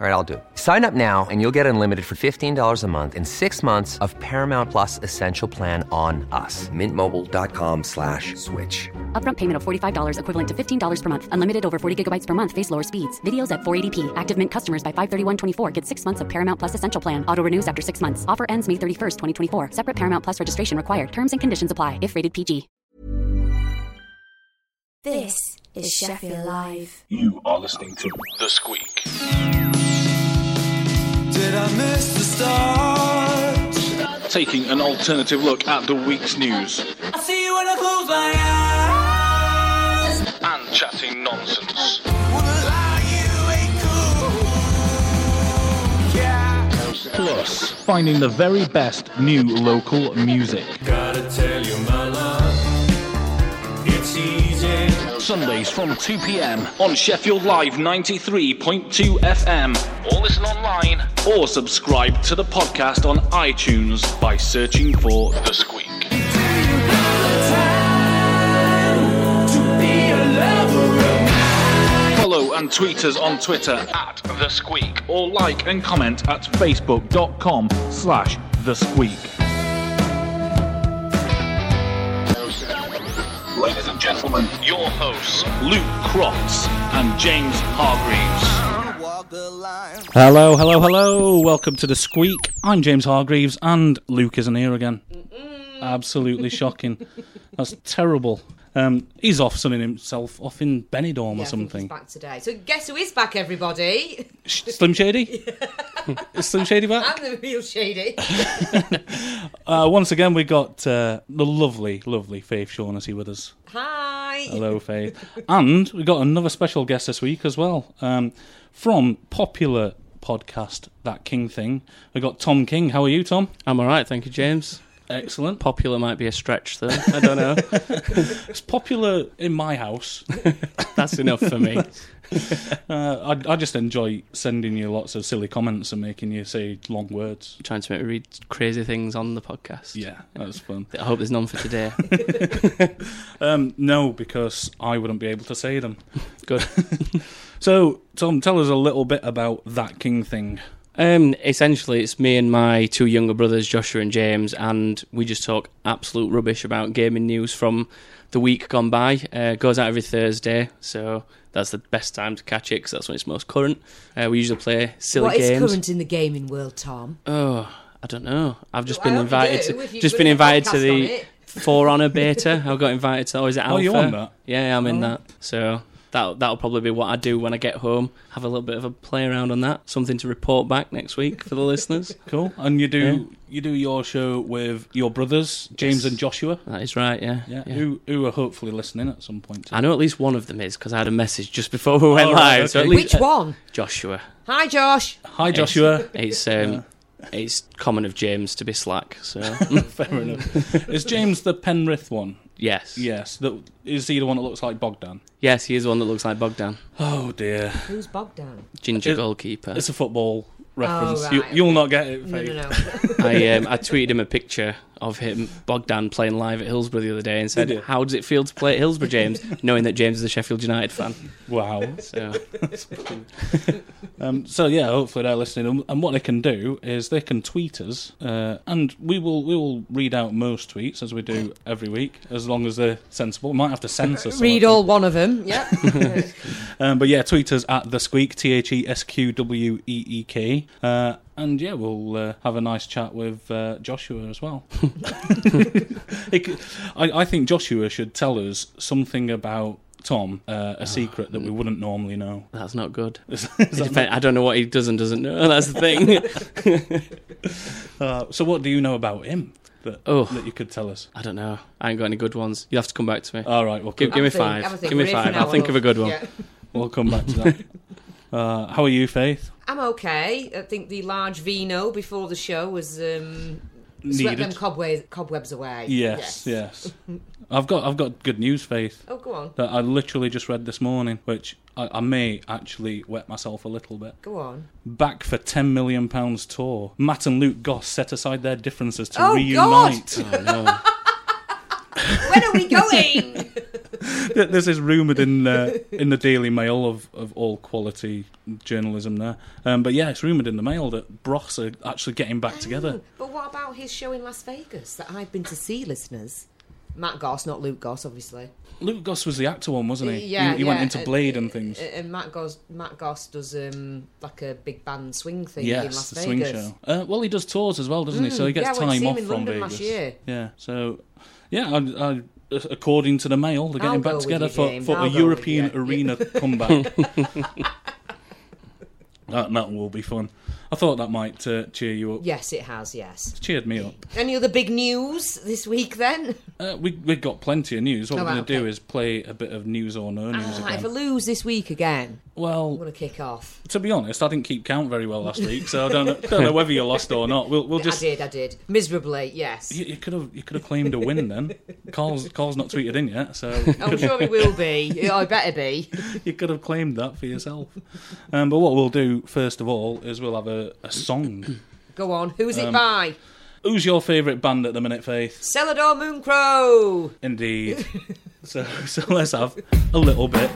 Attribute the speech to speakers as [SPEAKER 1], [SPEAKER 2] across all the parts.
[SPEAKER 1] All right, I'll do. it. Sign up now and you'll get unlimited for $15 a month in six months of Paramount Plus Essential Plan on us. Mintmobile.com slash switch.
[SPEAKER 2] Upfront payment of $45 equivalent to $15 per month. Unlimited over 40 gigabytes per month. Face lower speeds. Videos at 480p. Active Mint customers by 531.24 get six months of Paramount Plus Essential Plan. Auto renews after six months. Offer ends May 31st, 2024. Separate Paramount Plus registration required. Terms and conditions apply if rated PG.
[SPEAKER 3] This is Sheffield Live.
[SPEAKER 4] You are listening to The Squeak.
[SPEAKER 5] Did I miss the start?
[SPEAKER 4] Taking an alternative look at the week's news
[SPEAKER 5] I see you when I close my eyes.
[SPEAKER 4] and chatting nonsense.
[SPEAKER 5] Woman like you ain't cool. Yeah.
[SPEAKER 4] Plus, finding the very best new local music.
[SPEAKER 5] Gotta tell you, my love, it's easy.
[SPEAKER 4] Sundays from 2 pm on Sheffield Live 93.2 FM. Or listen online or subscribe to the podcast on iTunes by searching for The Squeak.
[SPEAKER 5] To be a lover of
[SPEAKER 4] Follow and tweet us on Twitter at The Squeak or like and comment at facebook.com slash The Squeak. Ladies and gentlemen, your hosts, Luke Crofts and James Hargreaves.
[SPEAKER 6] Hello, hello, hello. Welcome to The Squeak. I'm James Hargreaves and Luke isn't here again. Absolutely shocking. That's terrible. Um, he's off sunning himself off in Benidorm
[SPEAKER 7] Yeah,
[SPEAKER 6] or
[SPEAKER 7] I think
[SPEAKER 6] something.
[SPEAKER 7] He's back today. So guess who is back, everybody?
[SPEAKER 6] Sh- Slim Shady? Is Slim Shady back?
[SPEAKER 7] I'm the real shady.
[SPEAKER 6] Uh, once again, we got uh, the lovely, lovely Faith Shaughnessy with us.
[SPEAKER 7] Hi.
[SPEAKER 6] Hello, Faith. and we got another special guest this week as well um, from popular podcast That King Thing. We got Tom King. How are you, Tom?
[SPEAKER 8] I'm all right, thank you, James.
[SPEAKER 6] Excellent.
[SPEAKER 8] Popular might be a stretch there. I don't know.
[SPEAKER 6] It's popular in my house.
[SPEAKER 8] That's enough for me.
[SPEAKER 6] Uh, I, I just enjoy sending you lots of silly comments and making you say long words.
[SPEAKER 8] trying to make me read crazy things on the podcast.
[SPEAKER 6] Yeah, that was fun.
[SPEAKER 8] I hope there's none for today.
[SPEAKER 6] Um, no, because I wouldn't be able to say them.
[SPEAKER 8] Good.
[SPEAKER 6] So, Tom, tell us a little bit about that king thing.
[SPEAKER 8] Um, essentially, it's me and my two younger brothers, Joshua and James, and we just talk absolute rubbish about gaming news from the week gone by. Uh, it goes out every Thursday, so that's the best time to catch it because that's when it's most current. Uh, we usually play silly
[SPEAKER 7] What is
[SPEAKER 8] games.
[SPEAKER 7] current in the gaming world, Tom?
[SPEAKER 8] Oh, I don't know. I've just
[SPEAKER 7] Well, I
[SPEAKER 8] been
[SPEAKER 7] hope you
[SPEAKER 8] invited
[SPEAKER 7] do, if
[SPEAKER 8] to
[SPEAKER 7] you're
[SPEAKER 8] just
[SPEAKER 7] gonna
[SPEAKER 8] been invited
[SPEAKER 7] podcast
[SPEAKER 8] to
[SPEAKER 7] on
[SPEAKER 8] the
[SPEAKER 7] it.
[SPEAKER 8] Four Honor beta. I got invited to. Oh, is it Alpha?
[SPEAKER 6] Oh, you're on that?
[SPEAKER 8] Yeah, I'm
[SPEAKER 7] Oh.
[SPEAKER 8] in that. So that that'll probably be what I do when I get home. Have a little bit of a play around on that. Something to report back next week for the listeners.
[SPEAKER 6] Cool. And you do you do your show with your brothers, James and Joshua.
[SPEAKER 8] That is right. Yeah.
[SPEAKER 6] Yeah, Who who are hopefully listening at some point.
[SPEAKER 8] I know at least one of them is because I had a message just before we went
[SPEAKER 6] Oh, right,
[SPEAKER 8] live. So at
[SPEAKER 6] okay.
[SPEAKER 8] least
[SPEAKER 7] Which one?
[SPEAKER 8] Joshua.
[SPEAKER 7] Hi, Josh.
[SPEAKER 6] Hi, Joshua.
[SPEAKER 8] It's um, it's common of James to be slack. So
[SPEAKER 6] Fair enough. Is James the Penrith one?
[SPEAKER 8] yes,
[SPEAKER 6] Yes. That is he the one that looks like Bogdan?
[SPEAKER 8] yes, he is the one that looks like Bogdan,
[SPEAKER 6] Oh dear.
[SPEAKER 7] Who's Bogdan?
[SPEAKER 8] ginger
[SPEAKER 6] It-
[SPEAKER 8] goalkeeper.
[SPEAKER 6] It's a football reference.
[SPEAKER 7] Oh,
[SPEAKER 6] you,
[SPEAKER 7] right.
[SPEAKER 6] you'll not get it.
[SPEAKER 7] No,
[SPEAKER 6] Faith.
[SPEAKER 7] no, no.
[SPEAKER 8] I um, I tweeted him a picture of him Bogdan playing live at Hillsborough the other day and said,
[SPEAKER 6] Did you?
[SPEAKER 8] "How does it feel to play at Hillsborough, James?" Knowing that James is a Sheffield United fan.
[SPEAKER 6] Wow.
[SPEAKER 8] So
[SPEAKER 6] Um, so yeah, hopefully they're listening, and, and what they can do is they can tweet us, uh, and we will we will read out most tweets as we do every week, as long as they're sensible. We might have to censor. some
[SPEAKER 7] Read
[SPEAKER 6] of
[SPEAKER 7] all one of them. Yep.
[SPEAKER 6] them. Um, but yeah, tweet us at the squeak t h e s q w e e k, uh, and yeah, we'll uh, have a nice chat with uh, Joshua as well. It c- I, I think Joshua should tell us something about. Tom, uh, a secret that we wouldn't normally know.
[SPEAKER 8] that's not good.
[SPEAKER 6] Is- is
[SPEAKER 8] It
[SPEAKER 6] that
[SPEAKER 8] depen- I don't know what he does and doesn't know. That's the thing.
[SPEAKER 6] Uh, so, what do you know about him that,
[SPEAKER 8] Oh.
[SPEAKER 6] that you could tell us?
[SPEAKER 8] I don't know. I ain't got any good ones. You'll have to come back to me.
[SPEAKER 6] All right, well,
[SPEAKER 8] give, give me
[SPEAKER 7] Have a think, have a
[SPEAKER 8] five.
[SPEAKER 7] think.
[SPEAKER 8] Give me
[SPEAKER 7] We're here for
[SPEAKER 8] five.
[SPEAKER 7] an
[SPEAKER 8] I'll
[SPEAKER 7] hour,
[SPEAKER 8] think of a
[SPEAKER 7] love.
[SPEAKER 8] good one.
[SPEAKER 7] Yeah.
[SPEAKER 6] we'll come back to that. Uh, how are you, Faith?
[SPEAKER 7] I'm okay. I think the large vino before the show was um, swept them
[SPEAKER 6] Needed.
[SPEAKER 7] cobwebs, cobwebs away.
[SPEAKER 6] Yes, yes. I've got, I've got good news, Faith.
[SPEAKER 7] Oh, go on.
[SPEAKER 6] That I literally just read this morning, which I, I may actually wet myself a little bit.
[SPEAKER 7] Go on.
[SPEAKER 6] Back for ten million pounds tour. Matt and Luke Goss set aside their differences to
[SPEAKER 7] Oh, God!
[SPEAKER 6] reunite.
[SPEAKER 8] Oh, no.
[SPEAKER 7] When are we going?
[SPEAKER 6] Th- There's this rumoured in uh, in the Daily Mail of, of all quality journalism there, um, but yeah, it's rumoured in the Mail that Broths are actually getting back together.
[SPEAKER 7] but what about his show in Las Vegas that I've been to see, listeners? Matt Goss, not Luke Goss, obviously.
[SPEAKER 6] Luke Goss was the actor one, wasn't he?
[SPEAKER 7] Yeah,
[SPEAKER 6] he, he went
[SPEAKER 7] yeah,
[SPEAKER 6] into
[SPEAKER 7] uh,
[SPEAKER 6] Blade and things.
[SPEAKER 7] Uh, And Matt Goss, Matt Goss does um, like a big band swing thing
[SPEAKER 6] yes,
[SPEAKER 7] in Las
[SPEAKER 6] the
[SPEAKER 7] Vegas. Mm,
[SPEAKER 6] swing show. Uh, well, he does tours as well, doesn't he? So he gets
[SPEAKER 7] yeah, I went to
[SPEAKER 6] time
[SPEAKER 7] see him
[SPEAKER 6] off
[SPEAKER 7] in
[SPEAKER 6] from
[SPEAKER 7] London
[SPEAKER 6] Vegas.
[SPEAKER 7] last year.
[SPEAKER 6] Yeah. So, yeah, I, I, according to the Mail, they're
[SPEAKER 7] I'll
[SPEAKER 6] getting
[SPEAKER 7] go
[SPEAKER 6] back
[SPEAKER 7] with
[SPEAKER 6] together
[SPEAKER 7] you,
[SPEAKER 6] for,
[SPEAKER 7] James,
[SPEAKER 6] for
[SPEAKER 7] I'll
[SPEAKER 6] a
[SPEAKER 7] go with
[SPEAKER 6] European
[SPEAKER 7] you.
[SPEAKER 6] arena comeback. that that will be fun. I thought that might uh, cheer you up.
[SPEAKER 7] Yes, it has. Yes.
[SPEAKER 6] Cheered me up.
[SPEAKER 7] Any other big news this week then?
[SPEAKER 6] Uh, we we've got plenty of news. What
[SPEAKER 7] Oh,
[SPEAKER 6] we're going
[SPEAKER 7] right,
[SPEAKER 6] to do
[SPEAKER 7] okay.
[SPEAKER 6] is play a bit of news or no news
[SPEAKER 7] Ah,
[SPEAKER 6] again.
[SPEAKER 7] if I lose this week again, I'm
[SPEAKER 6] Well,
[SPEAKER 7] gonna kick off.
[SPEAKER 6] to be honest, I didn't keep count very well last week, so I don't know, don't know whether you lost or not. We'll we'll just
[SPEAKER 7] I did. I did miserably. Yes.
[SPEAKER 6] You, you could have you could have claimed a win then. Carl's Carl's not tweeted in yet, so
[SPEAKER 7] I'm sure it will be. Yeah, I better be.
[SPEAKER 6] you could have claimed that for yourself. Um, but what we'll do first of all is we'll have a, a song.
[SPEAKER 7] Go on. Who's
[SPEAKER 6] Um,
[SPEAKER 7] it by?
[SPEAKER 6] Who's your favourite band at the minute, Faith?
[SPEAKER 7] Celador Mooncrow.
[SPEAKER 6] Indeed. so so let's have a little bit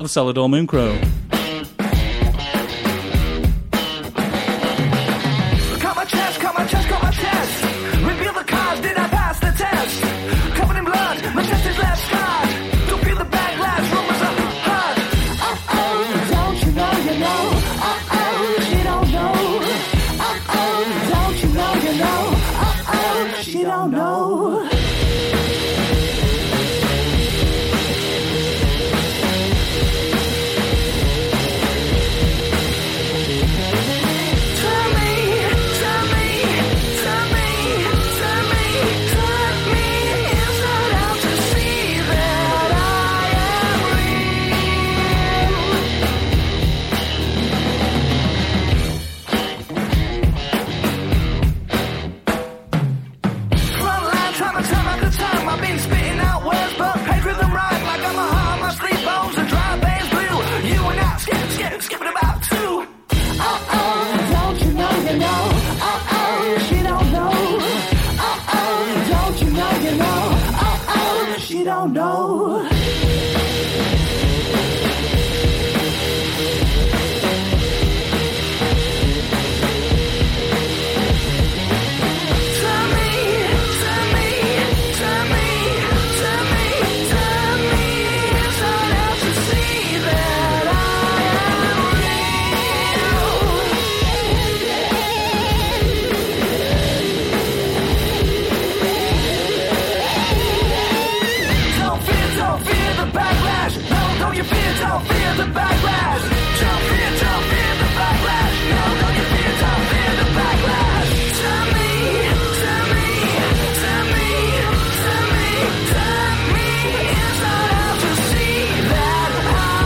[SPEAKER 6] of Salador Mooncrow.
[SPEAKER 4] Cut my chest, cut my chest, cut my chest. Reveal the cause, did I pass the test? Covered in blood, my chest is left scarred. Don't feel the backlash, rumors are hard. Uh oh, don't you know you know? Uh oh, she don't know. Uh oh, don't you know you know? Uh oh, she don't know. Tell me, tell me, tell me, tell me, tell me, is that out to see that I am real? Front line, time and time after time, I've been spitting out words, but paid with them right. Like I'm a heart, my sleep bones are dry, veins blue. You and I, skip, skip, skipping about two. Uh oh, don't you know you know? Uh oh, she don't know. Uh oh, don't you know you know? Uh oh, she don't know. Tell me, tell me, tell me, tell me, tell me, is that out to see that I am real? Don't fear, don't fear the backlash. No, don't you fear, don't fear the backlash. Don't fear, don't fear the backlash. No, don't you fear, don't fear the backlash. Tell me, tell me, tell me, tell me, tell me. It's not out to see that I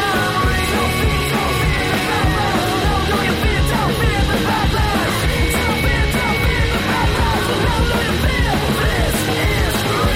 [SPEAKER 4] am real. Don't fear, don't fear the backlash. No, don't you fear, don't fear the backlash. Don't fear, don't fear the backlash. No, don't you fear. This is real.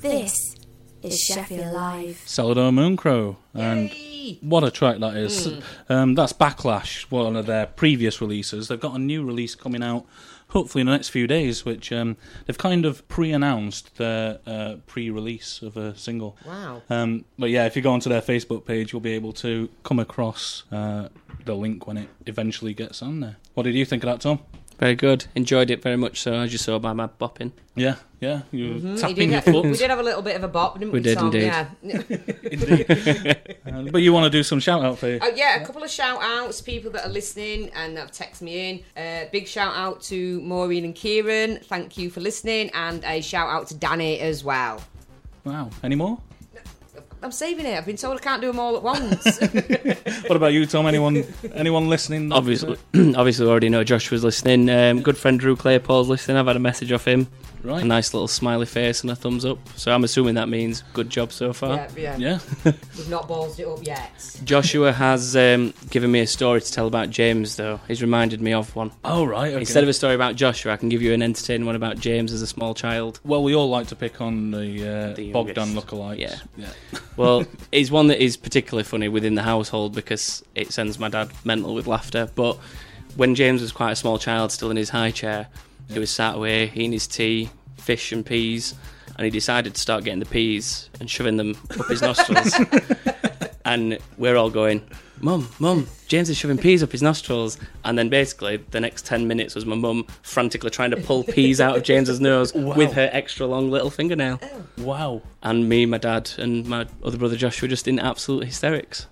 [SPEAKER 3] This is Sheffield Live.
[SPEAKER 6] Salador Mooncrow. And
[SPEAKER 7] Yay! Hmm.
[SPEAKER 6] What a track that is. Um, that's Backlash, one of their previous releases. They've got a new release coming out hopefully in the next few days, which um, they've kind of pre announced their uh, pre release of a single.
[SPEAKER 7] Wow.
[SPEAKER 6] Um, but yeah, if you go onto their Facebook page, you'll be able to come across uh, the link when it eventually gets on there. What did you think of that, Tom?
[SPEAKER 8] Very good. Enjoyed it very much. So as you saw by my bopping,
[SPEAKER 6] Yeah, yeah. You were
[SPEAKER 7] Mm, He did
[SPEAKER 6] tapping your
[SPEAKER 7] have- we
[SPEAKER 6] foot.
[SPEAKER 7] did have a little bit of a bop, didn't we?
[SPEAKER 8] We did
[SPEAKER 7] Tom?
[SPEAKER 8] indeed.
[SPEAKER 7] Yeah.
[SPEAKER 6] Uh, but you want to do some shout out for you?
[SPEAKER 7] Oh yeah, a couple of shout outs, people that are listening and have texted me in. Uh, big shout out to Maureen and Kieran. Thank you for listening, and a shout out to Danny as well.
[SPEAKER 6] Wow. Any more?
[SPEAKER 7] I'm saving it. I've been told I can't do them all at once.
[SPEAKER 6] What about you, Tom? Anyone anyone listening? that-
[SPEAKER 8] obviously, obviously, we already know Josh was listening. Um, good friend Drew Claypool's listening. I've had a message off him.
[SPEAKER 6] Right.
[SPEAKER 8] a nice little smiley face and a thumbs up. So I'm assuming that means good job so far.
[SPEAKER 7] Yeah, yeah.
[SPEAKER 6] Yeah.
[SPEAKER 7] We've not ballsed it up yet.
[SPEAKER 8] Joshua has um, given me a story to tell about James, though. He's reminded me of one.
[SPEAKER 6] Oh, right. Okay.
[SPEAKER 8] Instead of a story about Joshua, I can give you an entertaining one about James as a small child.
[SPEAKER 6] well, we all like to pick on the, uh,
[SPEAKER 8] The
[SPEAKER 6] Bogdan
[SPEAKER 8] youngest.
[SPEAKER 6] lookalikes.
[SPEAKER 8] Yeah.
[SPEAKER 6] yeah.
[SPEAKER 8] Well, it's one that is particularly funny within the household because it sends my dad mental with laughter. But when James was quite a small child, still in his high chair, he was sat away eating his tea, fish and peas, and he decided to start getting the peas and shoving them up his nostrils. and we're all going, Mum, Mum, James is shoving peas up his nostrils. And then basically, the next 10 minutes was my mum frantically trying to pull peas out of James's nose with her extra long little fingernail
[SPEAKER 6] Wow.
[SPEAKER 8] and me, my dad, and my other brother Josh were just in absolute hysterics.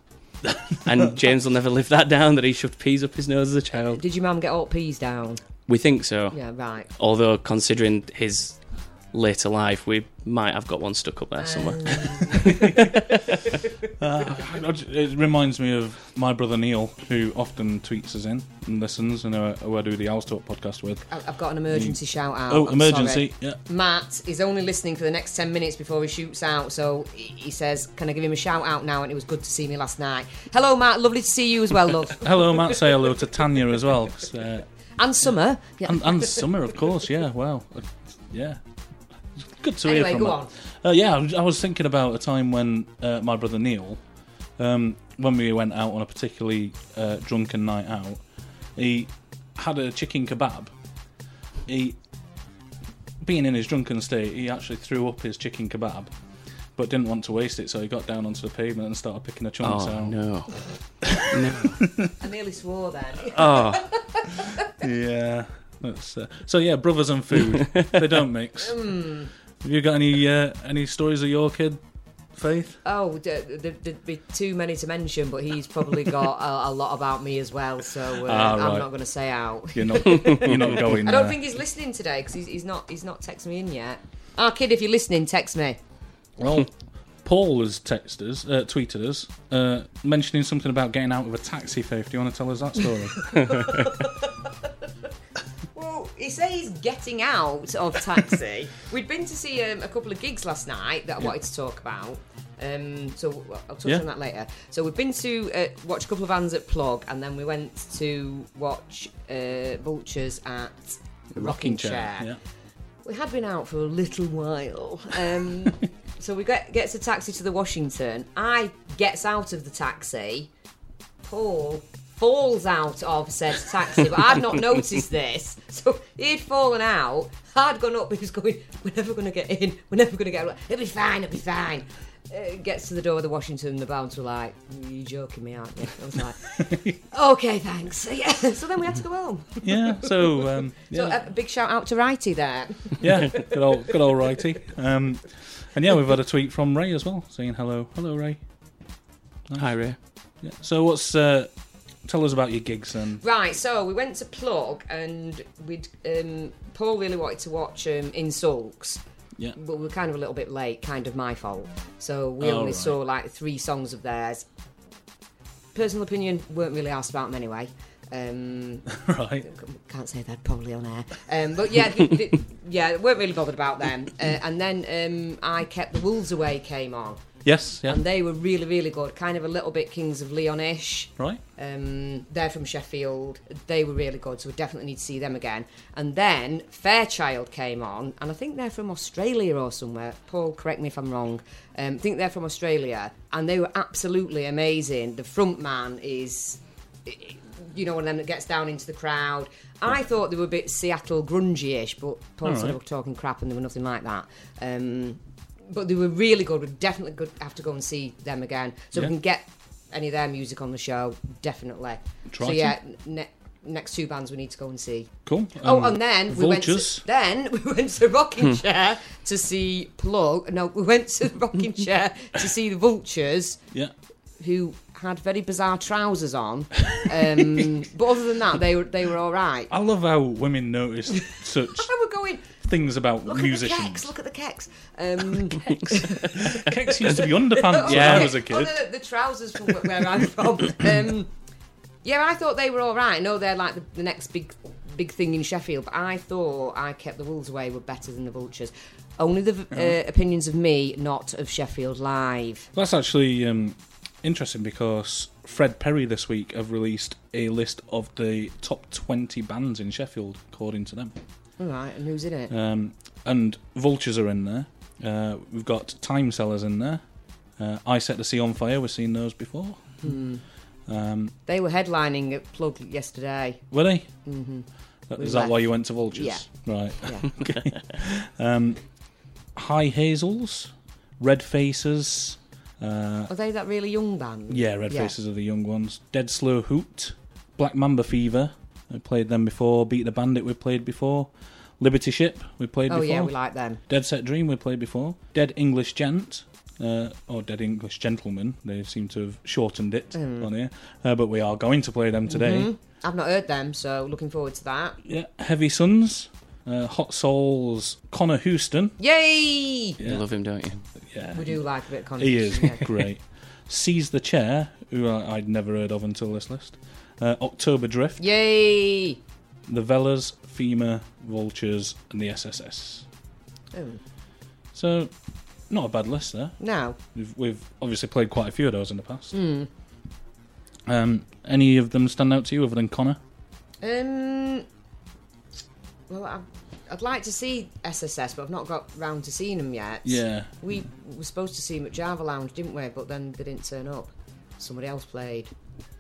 [SPEAKER 8] and James will never live that down that he shoved peas up his nose as a child.
[SPEAKER 7] Did your mum get all peas down?
[SPEAKER 8] We think so.
[SPEAKER 7] Yeah, right.
[SPEAKER 8] Although, considering his later life, we might have got one stuck
[SPEAKER 7] Uh,
[SPEAKER 8] up there somewhere.
[SPEAKER 6] It reminds me of my brother Neil, who often tweets us in and listens, and uh, who I do the Owls Talk podcast with.
[SPEAKER 7] I- I've got an emergency shout out.
[SPEAKER 6] Oh,
[SPEAKER 7] I'm
[SPEAKER 6] emergency,
[SPEAKER 7] sorry.
[SPEAKER 6] yeah.
[SPEAKER 7] Matt is only listening for the next 10 minutes before he shoots out, so he he says, Can I give him a shout out now? And it was good to see me last night. Hello, Matt. Lovely to see you as well, love.
[SPEAKER 6] Hello, Matt. Say hello to Tanya as well. 'cause, uh,
[SPEAKER 7] and Summer. Yeah.
[SPEAKER 6] and, and Summer, of course. Yeah. Wow. Uh, Yeah. It's Good to
[SPEAKER 7] Anyway,
[SPEAKER 6] hear from
[SPEAKER 7] go
[SPEAKER 6] her.
[SPEAKER 7] on.
[SPEAKER 6] Uh, yeah, I was- I was thinking about a time when uh, my brother Neil, um, when we went out on a particularly uh, drunken night out, he had a chicken kebab. He, being in his drunken state, he actually threw up his chicken kebab, but didn't want to waste it, so he got down onto the pavement and started picking the chunks
[SPEAKER 8] Oh,
[SPEAKER 6] out.
[SPEAKER 8] no.
[SPEAKER 7] I nearly swore then.
[SPEAKER 8] Oh,
[SPEAKER 6] Yeah. That's, uh, so yeah, brothers and food, they don't mix.
[SPEAKER 7] Hmm.
[SPEAKER 6] Have you got any uh, any stories of your kid, Faith?
[SPEAKER 7] Oh, d- d- there'd be too many to mention, but he's probably got a, a lot about me as well, so uh,
[SPEAKER 6] Ah, right. Uh.
[SPEAKER 7] I'm not going to say out.
[SPEAKER 6] You're not, you're not going.
[SPEAKER 7] I don't
[SPEAKER 6] there.
[SPEAKER 7] think he's listening today because he's, he's not he's not texted me in yet. Ah, kid, if you're listening, text me.
[SPEAKER 6] Well, Paul has texted us, uh, tweeted us, uh, mentioning something about getting out of a taxi. Faith, do you want to tell us that story?
[SPEAKER 7] Well, he says getting out of taxi. We'd been to see um, a couple of gigs last night that I wanted to talk about. Um, so I'll touch
[SPEAKER 6] Yeah.
[SPEAKER 7] on that later. So we've been to uh, watch a couple of bands at Plug, and then we went to watch uh, Vultures at Rocking, Chair.
[SPEAKER 6] Yeah.
[SPEAKER 7] We had been out for a little while. Um, so we get gets a taxi to the Washington. I gets out of the taxi. Paul falls out of said taxi, but I'd not noticed this. So he'd fallen out. I'd gone up. He was going, "We're never going to get in. We're never going to get out. It'll be fine. It'll be fine." Uh, gets to the door of the Washington, the bounce were like, "You joking me, aren't you?" I was like, "Okay, thanks." Yeah. So then we had to go home.
[SPEAKER 6] Yeah. So um,
[SPEAKER 7] So uh,
[SPEAKER 6] yeah,
[SPEAKER 7] a big shout out to Righty there.
[SPEAKER 6] yeah, good old good old righty. Um, and yeah, we've had a tweet from Ray as well, saying hello, hello Ray.
[SPEAKER 8] hi, Ray.
[SPEAKER 6] Yeah. So what's uh, tell us about your gigs and
[SPEAKER 7] Right, so we went to Plug and we'd um, Paul really wanted to watch um, In Sulks,
[SPEAKER 6] yeah.
[SPEAKER 7] but we were kind of a little bit late, kind of my fault. So we
[SPEAKER 6] Oh,
[SPEAKER 7] only
[SPEAKER 6] right.
[SPEAKER 7] saw like three songs of theirs. Personal opinion, weren't really asked about them anyway. Um,
[SPEAKER 6] Right.
[SPEAKER 7] can't say that probably on air. Um, but yeah, th- th- yeah, weren't really bothered about them. Uh, and then um, I kept the Wolves away came on,
[SPEAKER 6] Yes. Yeah.
[SPEAKER 7] and they were really really good, kind of a little bit Kings of Leon ish.
[SPEAKER 6] Right.
[SPEAKER 7] Um, they're from Sheffield. They were really good, so we definitely need to see them again. And then Fairchild came on, and I think they're from Australia or somewhere. Paul, correct me if I'm wrong. Um, I think they're from Australia, and they were absolutely amazing. The front man is, you know, one of them that gets down into the crowd. I thought they were a bit Seattle grungy-ish, but Paul said
[SPEAKER 6] right.
[SPEAKER 7] they were talking crap, and they were nothing like that. Um, but they were really good. We definitely good, have to go and see them again, so
[SPEAKER 6] Yeah.
[SPEAKER 7] we can get any of their music on the show. Definitely. So
[SPEAKER 6] Triton.
[SPEAKER 7] yeah, ne- next two bands we need to go and see.
[SPEAKER 6] Cool.
[SPEAKER 7] oh,
[SPEAKER 6] Um,
[SPEAKER 7] and then we went.
[SPEAKER 6] vultures. Hmm.
[SPEAKER 7] To, then we went to Rocking Chair to see Plug. No, we went to Rocking Chair to see the Vultures,
[SPEAKER 6] Yeah.
[SPEAKER 7] who had very bizarre trousers on. Um, but other than that, they were they were all right.
[SPEAKER 6] I love how women notice such
[SPEAKER 7] I were going.
[SPEAKER 6] things about
[SPEAKER 7] Look at the
[SPEAKER 6] musicians.
[SPEAKER 7] keks! Look at the keks! Um,
[SPEAKER 6] Kex used to be underpants
[SPEAKER 8] Yeah.
[SPEAKER 6] when I was a
[SPEAKER 7] Oh,
[SPEAKER 6] kid.
[SPEAKER 7] no, the, the trousers from wh- where I'm from. Um, yeah, I thought they were all right. No, they're like the, the next big big thing in Sheffield. But I thought I kept the wolves away were better than the vultures. Only the uh, opinions of me, not of Sheffield Live.
[SPEAKER 6] That's actually um, interesting because Fred Perry this week have released a list of the top 20 bands in Sheffield, according to them.
[SPEAKER 7] All right, and who's in it?
[SPEAKER 6] Um, and Vultures are in there. Uh, we've got Time Sellers in there. Uh, I Set the Sea on Fire, we've seen those before. Um,
[SPEAKER 7] They were headlining at Plug yesterday.
[SPEAKER 6] were they? Mm-hmm. Is that
[SPEAKER 7] left.
[SPEAKER 6] why you went to Vultures?
[SPEAKER 7] Yeah.
[SPEAKER 6] Right.
[SPEAKER 7] Yeah.
[SPEAKER 6] okay. Um, High Hazels, Red Faces. Uh,
[SPEAKER 7] Are they that really young band?
[SPEAKER 6] Yeah, Red Faces are the young ones. Dead Slow Hoot, Black Mamba Fever, we played them before. Beat the Bandit, we played before. Liberty Ship, we played
[SPEAKER 7] Oh
[SPEAKER 6] before.
[SPEAKER 7] yeah, we like them.
[SPEAKER 6] Dead Set Dream, we played before. Dead English Gent, uh, or Dead English Gentleman, they seem to have shortened it
[SPEAKER 7] Mm.
[SPEAKER 6] on here. Uh, but we are going to play them today.
[SPEAKER 7] I've not heard them, so looking forward to that.
[SPEAKER 6] Yeah, Heavy Sons, uh, Hot Souls, Connor Houston.
[SPEAKER 7] Yay!
[SPEAKER 8] You love him, don't you?
[SPEAKER 6] Yeah,
[SPEAKER 7] We do like a bit of
[SPEAKER 6] He is
[SPEAKER 7] controversy. yeah.
[SPEAKER 6] great. Seize the Chair, who I, I'd never heard of until this list. Uh, October Drift,
[SPEAKER 7] Yay!
[SPEAKER 6] the Vellas, FEMA, Vultures, and the SSS.
[SPEAKER 7] Oh,
[SPEAKER 6] So, not a bad list there.
[SPEAKER 7] no,
[SPEAKER 6] We've, we've obviously played quite a few of those in the past.
[SPEAKER 7] Hmm.
[SPEAKER 6] Um, any of them stand out to you other than Connor?
[SPEAKER 7] Um. Well, I, I'd like to see SSS, but I've not got round to seeing them yet.
[SPEAKER 6] Yeah.
[SPEAKER 7] We were supposed to see them at Java Lounge, didn't we? But then they didn't turn up. Somebody else played.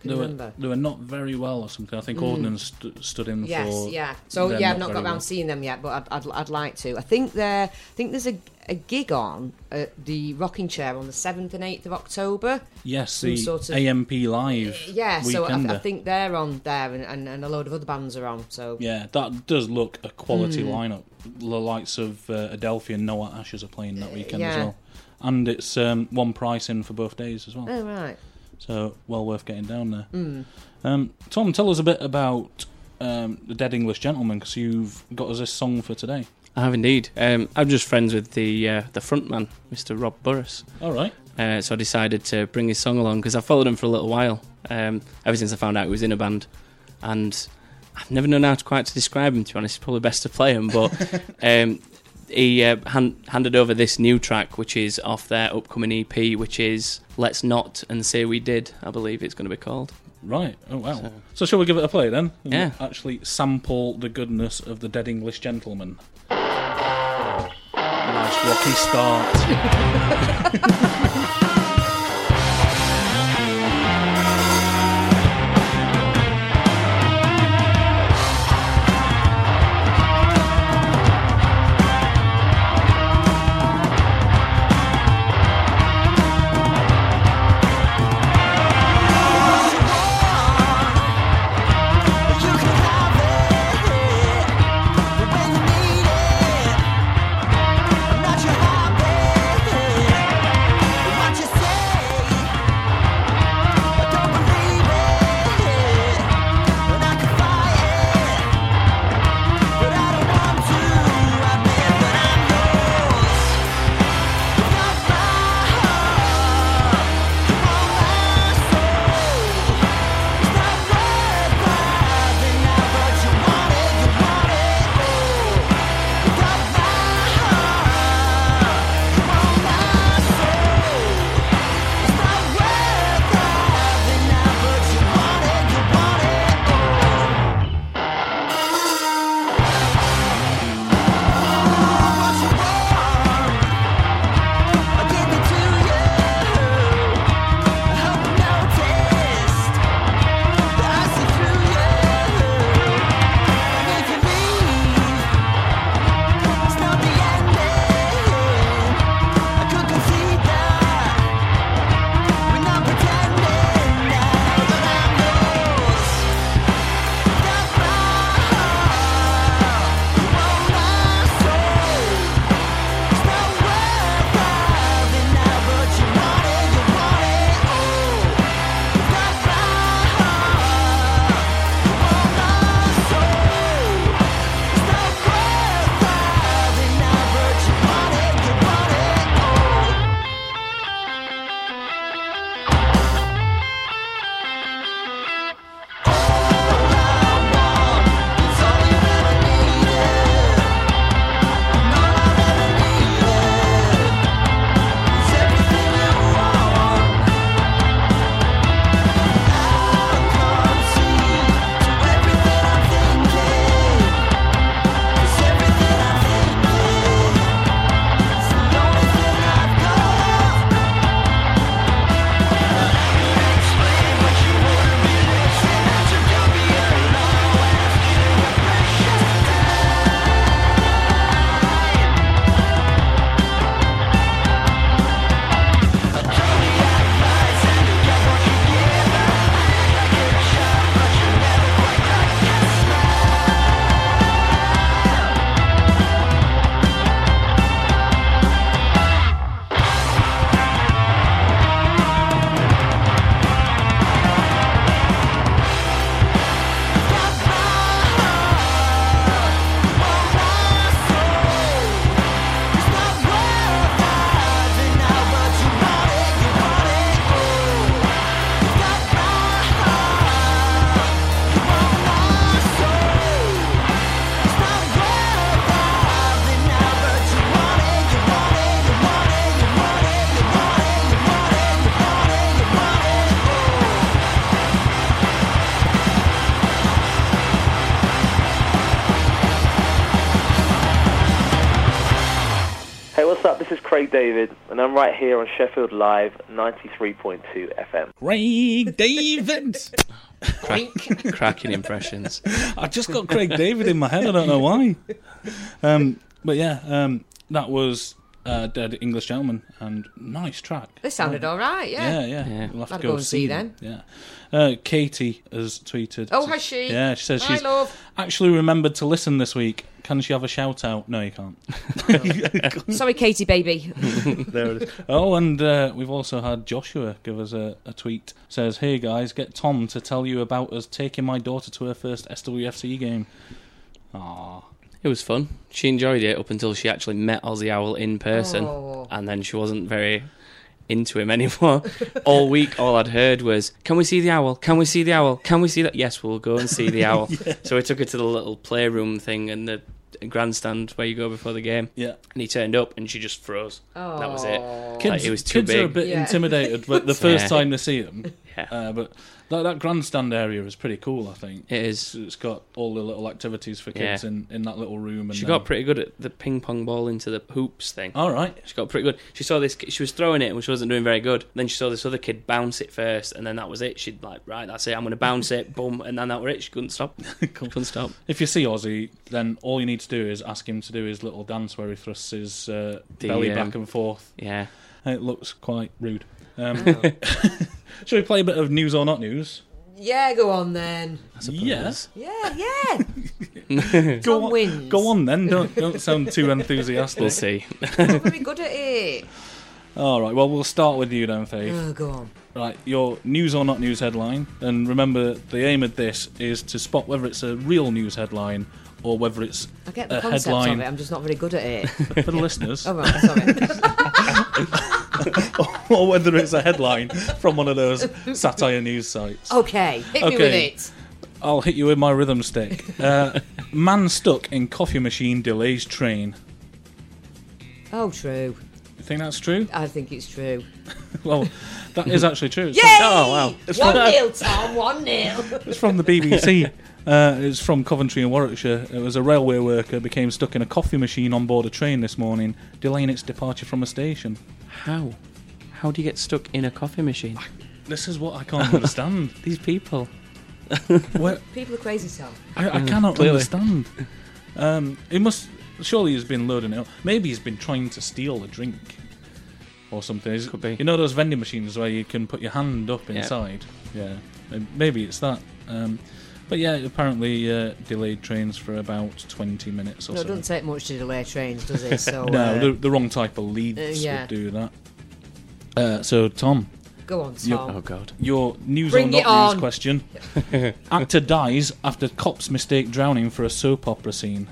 [SPEAKER 7] Can
[SPEAKER 6] They
[SPEAKER 7] you
[SPEAKER 6] were,
[SPEAKER 7] remember? Hmm.
[SPEAKER 6] they were not very well or something. I think Ordnance st- stood in
[SPEAKER 7] Yes,
[SPEAKER 6] for.
[SPEAKER 7] yeah. So
[SPEAKER 6] them
[SPEAKER 7] yeah, I've not
[SPEAKER 6] very
[SPEAKER 7] got round
[SPEAKER 6] well.
[SPEAKER 7] to seeing them yet, but I'd, I'd, I'd like to. I think there, I think there's a, a gig on at the Rocking Chair on the seventh and eighth of October.
[SPEAKER 6] Yes,
[SPEAKER 7] some
[SPEAKER 6] the
[SPEAKER 7] sort of-
[SPEAKER 6] AMP Live.
[SPEAKER 7] Yeah, so I, th- I
[SPEAKER 6] weekender.
[SPEAKER 7] think they're on there, and, and, and a load of other bands are on. So
[SPEAKER 6] Yeah, that does look a quality
[SPEAKER 7] Hmm.
[SPEAKER 6] lineup. The likes of uh, Adelphi and Noah Ashes are playing that weekend
[SPEAKER 7] Uh,
[SPEAKER 6] as
[SPEAKER 7] yeah.
[SPEAKER 6] well. And it's um, one price in for both days as well.
[SPEAKER 7] Oh Hmm. right.
[SPEAKER 6] So well worth getting down there. Um, Tom, tell us a bit about um, the Dead English Gentleman because you've got us this song for today.
[SPEAKER 8] I have indeed. Um, I'm just friends with the uh, the frontman, Mr. Rob Burris.
[SPEAKER 6] All right.
[SPEAKER 8] Uh, so I decided to bring his song along because I followed him for a little while. Um, ever since I found out he was in a band, and I've never known how to quite to describe him. To be honest, it's probably best to play him. But um, he uh, hand, handed over this new track, which is off their upcoming EP, which is "Let's Not and Say We Did." I believe it's going to be called.
[SPEAKER 6] Right. Oh wow. So, shall we give it a play then? And
[SPEAKER 8] Yeah.
[SPEAKER 6] Actually, sample the goodness of the Dead English Gentleman. Nice rocky start.
[SPEAKER 4] Watch
[SPEAKER 9] Craig David, and I'm right here on Sheffield Live 93.2 FM.
[SPEAKER 6] Craig David.
[SPEAKER 8] Cracking impressions.
[SPEAKER 6] I just got Craig David in my head. I don't know why. Um, but yeah, um, that was uh, Dead English Gentleman, and nice track.
[SPEAKER 7] They sounded all right, yeah.
[SPEAKER 6] Yeah, yeah. We'll have to
[SPEAKER 7] I'd
[SPEAKER 6] go,
[SPEAKER 7] go and see
[SPEAKER 6] them. Yeah. Uh, Katie has tweeted.
[SPEAKER 7] Oh, has she?
[SPEAKER 6] Yeah, she says
[SPEAKER 7] My
[SPEAKER 6] she's
[SPEAKER 7] love.
[SPEAKER 6] actually remembered to listen this week. Can she have a shout out? No, you can't.
[SPEAKER 7] Sorry, Katie, baby.
[SPEAKER 6] there it is. Oh, and uh, we've also had Joshua give us a, a tweet. Says, "Hey guys, get Tom to tell you about us taking my daughter to her first SWFC game." Ah,
[SPEAKER 8] It was fun. She enjoyed it up until she actually met Ozzy Owl in person,
[SPEAKER 7] Oh.
[SPEAKER 8] and then she wasn't very into him anymore. all week, all I'd heard was, "Can we see the owl? Can we see the owl? Can we see that?" Yes, we'll go and see the owl. So we took her to the little playroom thing and the grandstand where you go before the game.
[SPEAKER 6] yeah.
[SPEAKER 8] And he turned up, and she just froze. That was it. Like,
[SPEAKER 6] Kids,
[SPEAKER 8] it was too
[SPEAKER 6] kids
[SPEAKER 8] big.
[SPEAKER 6] are a bit
[SPEAKER 7] Yeah.
[SPEAKER 6] intimidated, but the first
[SPEAKER 8] Yeah.
[SPEAKER 6] time they see them.
[SPEAKER 8] Yeah.
[SPEAKER 6] Uh, but that, that grandstand area is pretty cool. I think
[SPEAKER 8] It is.
[SPEAKER 6] it's got all the little activities for kids
[SPEAKER 8] Yeah.
[SPEAKER 6] in, in that little room. And
[SPEAKER 8] She
[SPEAKER 6] then-
[SPEAKER 8] got pretty good at the ping pong ball into the hoops thing.
[SPEAKER 6] All right.
[SPEAKER 8] She got pretty good. She saw this. She was throwing it, and she wasn't doing very good. Then she saw this other kid bounce it first, and then that was it. She'd like, right, that's it. I'm going to bounce it, boom, and then that were it. She couldn't stop. Couldn't stop.
[SPEAKER 6] If you see Aussie, then all you need to do is ask him to do his little dance where he thrusts his uh,
[SPEAKER 8] The,
[SPEAKER 6] belly
[SPEAKER 8] um,
[SPEAKER 6] back and forth.
[SPEAKER 8] Yeah.
[SPEAKER 6] It looks quite rude. Um,
[SPEAKER 7] Oh.
[SPEAKER 6] Shall we play a bit of news or not news?
[SPEAKER 7] yeah, go on then.
[SPEAKER 6] Yes.
[SPEAKER 7] Yeah, yeah. Tom
[SPEAKER 6] on-
[SPEAKER 7] wins.
[SPEAKER 6] Go on then. Don't don't sound too enthusiastic.
[SPEAKER 8] We'll see.
[SPEAKER 7] I'm very good at it.
[SPEAKER 6] All right. Well, we'll start with you then, Faith.
[SPEAKER 7] Oh, go on.
[SPEAKER 6] Right, your news or not news headline. And remember, the aim of this is to spot whether it's a real news headline or whether it's
[SPEAKER 7] I get the
[SPEAKER 6] a
[SPEAKER 7] concept
[SPEAKER 6] headline
[SPEAKER 7] of it. I'm just not very good at it.
[SPEAKER 6] for the listeners
[SPEAKER 7] Oh, right, sorry.
[SPEAKER 6] or whether it's a headline from one of those satire news sites.
[SPEAKER 7] okay, hit me with
[SPEAKER 6] Okay.
[SPEAKER 7] it.
[SPEAKER 6] I'll hit you with my rhythm stick. Uh, man stuck in coffee machine delays train.
[SPEAKER 7] Oh, true.
[SPEAKER 6] You think that's true?
[SPEAKER 7] I think it's true.
[SPEAKER 6] Well, that is actually true. It's
[SPEAKER 7] Yay!
[SPEAKER 6] Oh, wow. It's
[SPEAKER 7] One
[SPEAKER 6] from-
[SPEAKER 7] nil, Tom. One nil.
[SPEAKER 6] It's from the BBC. Uh, it's from Coventry in Warwickshire. It was a railway worker became stuck in a coffee machine on board a train this morning, delaying its departure from a station.
[SPEAKER 8] How? How do you get stuck in a coffee machine?
[SPEAKER 6] This is what I can't understand.
[SPEAKER 8] These people.
[SPEAKER 6] Where,
[SPEAKER 7] People are crazy, Tom.
[SPEAKER 6] I, I cannot
[SPEAKER 8] Mm, clearly.
[SPEAKER 6] understand. Um, it must surely he's been loading it up. Maybe he's been trying to steal a drink or something. Is-
[SPEAKER 8] Could be.
[SPEAKER 6] You know those vending machines where you can put your hand up
[SPEAKER 8] Yeah.
[SPEAKER 6] inside. Yeah, May- maybe it's that. Um, but yeah, apparently uh, delayed trains for about twenty minutes or
[SPEAKER 7] No, it
[SPEAKER 6] so.
[SPEAKER 7] doesn't take much to delay trains, does it? So
[SPEAKER 6] No,
[SPEAKER 7] uh,
[SPEAKER 6] the, the wrong type of leads
[SPEAKER 7] uh, yeah.
[SPEAKER 6] would do that. Uh, so, Tom,
[SPEAKER 7] go on,
[SPEAKER 6] You-
[SPEAKER 7] Tom.
[SPEAKER 8] Oh God.
[SPEAKER 6] your news
[SPEAKER 7] Bring
[SPEAKER 6] or
[SPEAKER 7] it
[SPEAKER 6] not
[SPEAKER 7] on.
[SPEAKER 6] news question. Actor dies after cops mistake drowning for a soap opera scene.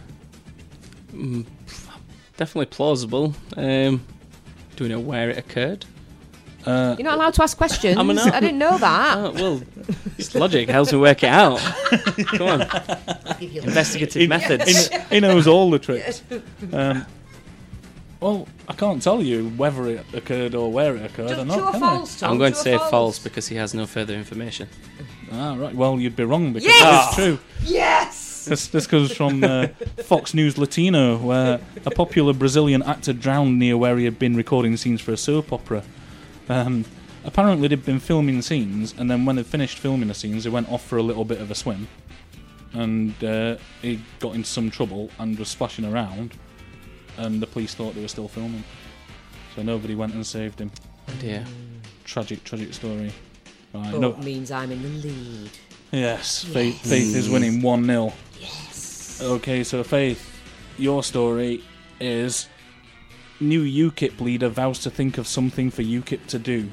[SPEAKER 8] Definitely plausible. Um, do we know where it occurred?
[SPEAKER 7] You're not allowed to ask questions.
[SPEAKER 8] I'm an-
[SPEAKER 7] I didn't know that.
[SPEAKER 8] Oh, well, it's logic. Helps me work it out. Come on. Investigative methods.
[SPEAKER 6] He knows all the tricks. Um, well, I can't tell you whether it occurred or where it occurred
[SPEAKER 7] Just true
[SPEAKER 6] or not.
[SPEAKER 7] or
[SPEAKER 6] can I?
[SPEAKER 7] false, Tom?
[SPEAKER 8] I'm going to
[SPEAKER 7] True
[SPEAKER 8] say
[SPEAKER 7] or
[SPEAKER 8] false? because he has no further information.
[SPEAKER 6] Ah, right. Well, you'd be wrong because
[SPEAKER 7] Yes!
[SPEAKER 6] it's true.
[SPEAKER 7] Yes.
[SPEAKER 6] This, this comes from uh, Fox News Latino, where a popular Brazilian actor drowned near where he had been recording scenes for a soap opera. Um, apparently, they'd been filming scenes, and then when they'd finished filming the scenes, they went off for a little bit of a swim. And uh, he got into some trouble and was splashing around, and the police thought they were still filming. So nobody went and saved him.
[SPEAKER 8] Yeah.
[SPEAKER 6] Tragic, tragic story. Right,
[SPEAKER 7] But
[SPEAKER 6] no-
[SPEAKER 7] it means I'm in the lead.
[SPEAKER 6] Yes, Faith, Faith is winning 1 0. Yes. Okay, so Faith, your story is new UKIP leader vows to think of something for UKIP to do.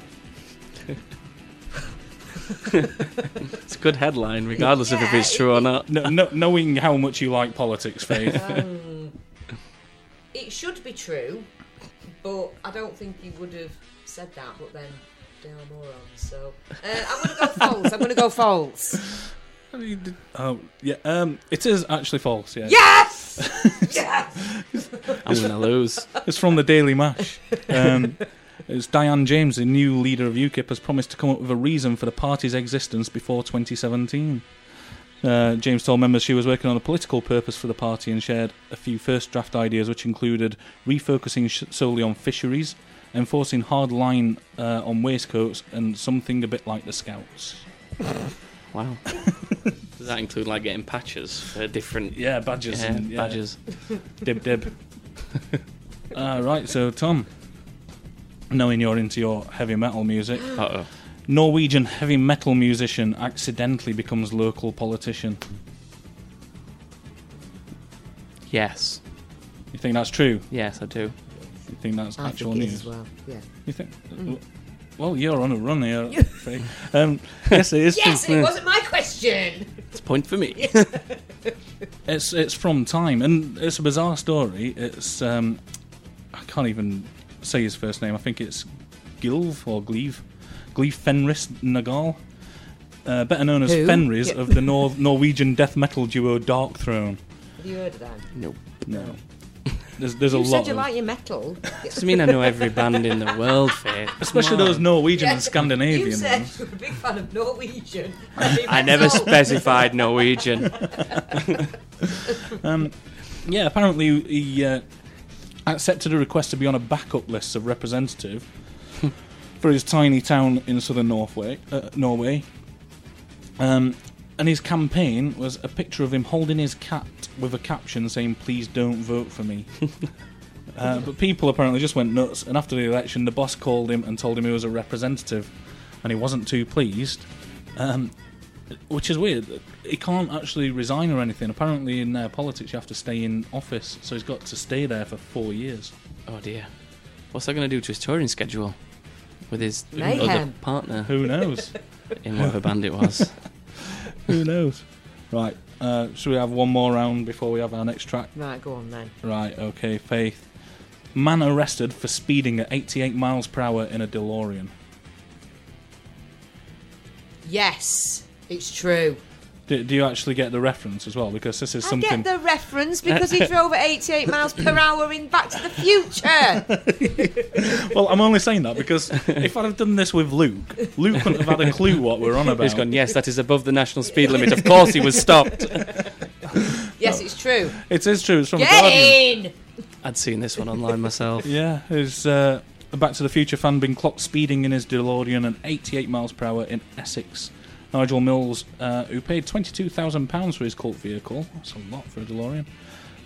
[SPEAKER 8] It's a good headline, regardless of if it's true or not.
[SPEAKER 6] No, no, knowing how much you like politics, Faith.
[SPEAKER 7] It should be true, but I don't think you would have said that. But then they are morons, so uh, I'm going to go false. I'm going to go false.
[SPEAKER 6] oh, yeah. Um, it is actually false, yeah.
[SPEAKER 7] Yes. yes.
[SPEAKER 8] I'm going to lose.
[SPEAKER 6] It's from the Daily Mash. Um, it's Diane James, the new leader of UKIP, has promised to come up with a reason for the party's existence before 2017. Uh, James told members she was working on a political purpose for the party and shared a few first draft ideas, which included refocusing sh- solely on fisheries, enforcing hard line uh, on waistcoats, and something a bit like the Scouts.
[SPEAKER 8] Wow. Does that include like getting patches for different?
[SPEAKER 6] Yeah, badges
[SPEAKER 8] Yeah,
[SPEAKER 6] and- yeah.
[SPEAKER 8] badges.
[SPEAKER 6] Dib dib. uh, right, so Tom, knowing you're into your heavy metal music,
[SPEAKER 8] Uh oh.
[SPEAKER 6] Norwegian heavy metal musician accidentally becomes local politician.
[SPEAKER 8] Yes.
[SPEAKER 6] You think that's true?
[SPEAKER 8] Yes, I do.
[SPEAKER 6] You think that's
[SPEAKER 7] I
[SPEAKER 6] actual
[SPEAKER 7] think it
[SPEAKER 6] news?
[SPEAKER 7] is as well. Hmm. Yeah.
[SPEAKER 6] You think? Well, you're on a run here. Faye. um, yes, it is.
[SPEAKER 7] Yes,
[SPEAKER 6] true.
[SPEAKER 7] and it wasn't my question.
[SPEAKER 8] It's a point for me.
[SPEAKER 6] It's it's from Time, and it's a bizarre story. It's um, I can't even say his first name. I think it's Gilv or Gleave, Gleave Fenris Nagal, uh, better known as
[SPEAKER 7] Who?
[SPEAKER 6] Fenris
[SPEAKER 7] Yeah.
[SPEAKER 6] of the Nor- Norwegian death metal duo Dark Throne.
[SPEAKER 7] Have you heard of that?
[SPEAKER 8] no.
[SPEAKER 6] No, there's there's a
[SPEAKER 7] You
[SPEAKER 6] lot
[SPEAKER 7] said you
[SPEAKER 6] of-
[SPEAKER 7] like your metal.
[SPEAKER 8] Does mean I know every band in the world, Faye?
[SPEAKER 6] especially those Norwegian and Scandinavian
[SPEAKER 7] You said
[SPEAKER 6] ones.
[SPEAKER 7] you're a big fan of Norwegian.
[SPEAKER 8] I never specified Norwegian.
[SPEAKER 6] Yeah, apparently he uh, accepted a request to be on a backup list of representative for his tiny town in southern Norway. Uh, Norway. Um, and his campaign was a picture of him holding his cat with a caption saying, "Please don't vote for me." uh, but people apparently just went nuts. And after the election, the boss called him and told him he was a representative, and he wasn't too pleased. Um, which is weird. He can't actually resign or anything. Apparently, in uh, politics, you have to stay in office, so he's got to stay there for four years.
[SPEAKER 8] Oh dear. What's that going to do to his touring schedule? With his other
[SPEAKER 7] Mayhem.
[SPEAKER 8] partner
[SPEAKER 6] Who knows?
[SPEAKER 8] in whatever band it was.
[SPEAKER 6] Who knows? Right. Uh, should we have one more round before we have our next track?
[SPEAKER 7] Right, go on then.
[SPEAKER 6] Right. Okay. Faith. Man arrested for speeding at 88 miles per hour in a DeLorean.
[SPEAKER 7] Yes, it's true.
[SPEAKER 6] Do, do you actually get the reference as well? Because this is
[SPEAKER 7] I
[SPEAKER 6] something.
[SPEAKER 7] get the reference because he drove at 88 miles per hour in Back to the Future.
[SPEAKER 6] Well, I'm only saying that because if I'd have done this with Luke, Luke wouldn't have had a clue what we're on about.
[SPEAKER 8] He's gone, yes, that is above the national speed limit. Of course he was stopped.
[SPEAKER 7] Yes, it's true.
[SPEAKER 6] It is true. It's from
[SPEAKER 7] Get
[SPEAKER 6] Guardian.
[SPEAKER 7] in!
[SPEAKER 8] I'd seen this one online myself.
[SPEAKER 6] Yeah, his uh, a Back to the Future fan been clocked speeding in his DeLorean at 88 miles per hour in Essex. Nigel Mills, uh, who paid £22,000 for his cult vehicle, that's a lot for a DeLorean,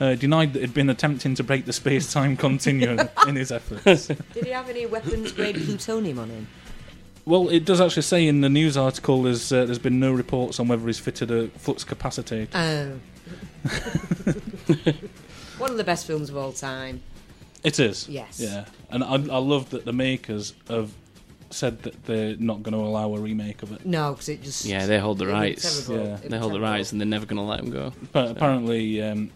[SPEAKER 6] uh, denied that he'd been attempting to break the space time continuum in his efforts.
[SPEAKER 7] Did he have any weapons grade plutonium on him?
[SPEAKER 6] Well, it does actually say in the news article there's, uh, there's been no reports on whether he's fitted a flux capacitor.
[SPEAKER 7] Oh. One of the best films of all time.
[SPEAKER 6] It is.
[SPEAKER 7] Yes.
[SPEAKER 6] Yeah, and I, I love that the makers have said that they're not going to allow a remake of it.
[SPEAKER 7] No, because it just.
[SPEAKER 8] Yeah, they hold the
[SPEAKER 7] it was
[SPEAKER 8] rights.
[SPEAKER 7] terrible.
[SPEAKER 6] Yeah.
[SPEAKER 7] It
[SPEAKER 8] They
[SPEAKER 7] was
[SPEAKER 8] hold the
[SPEAKER 7] terrible.
[SPEAKER 8] rights and they're never going to let him go.
[SPEAKER 6] But apparently, um,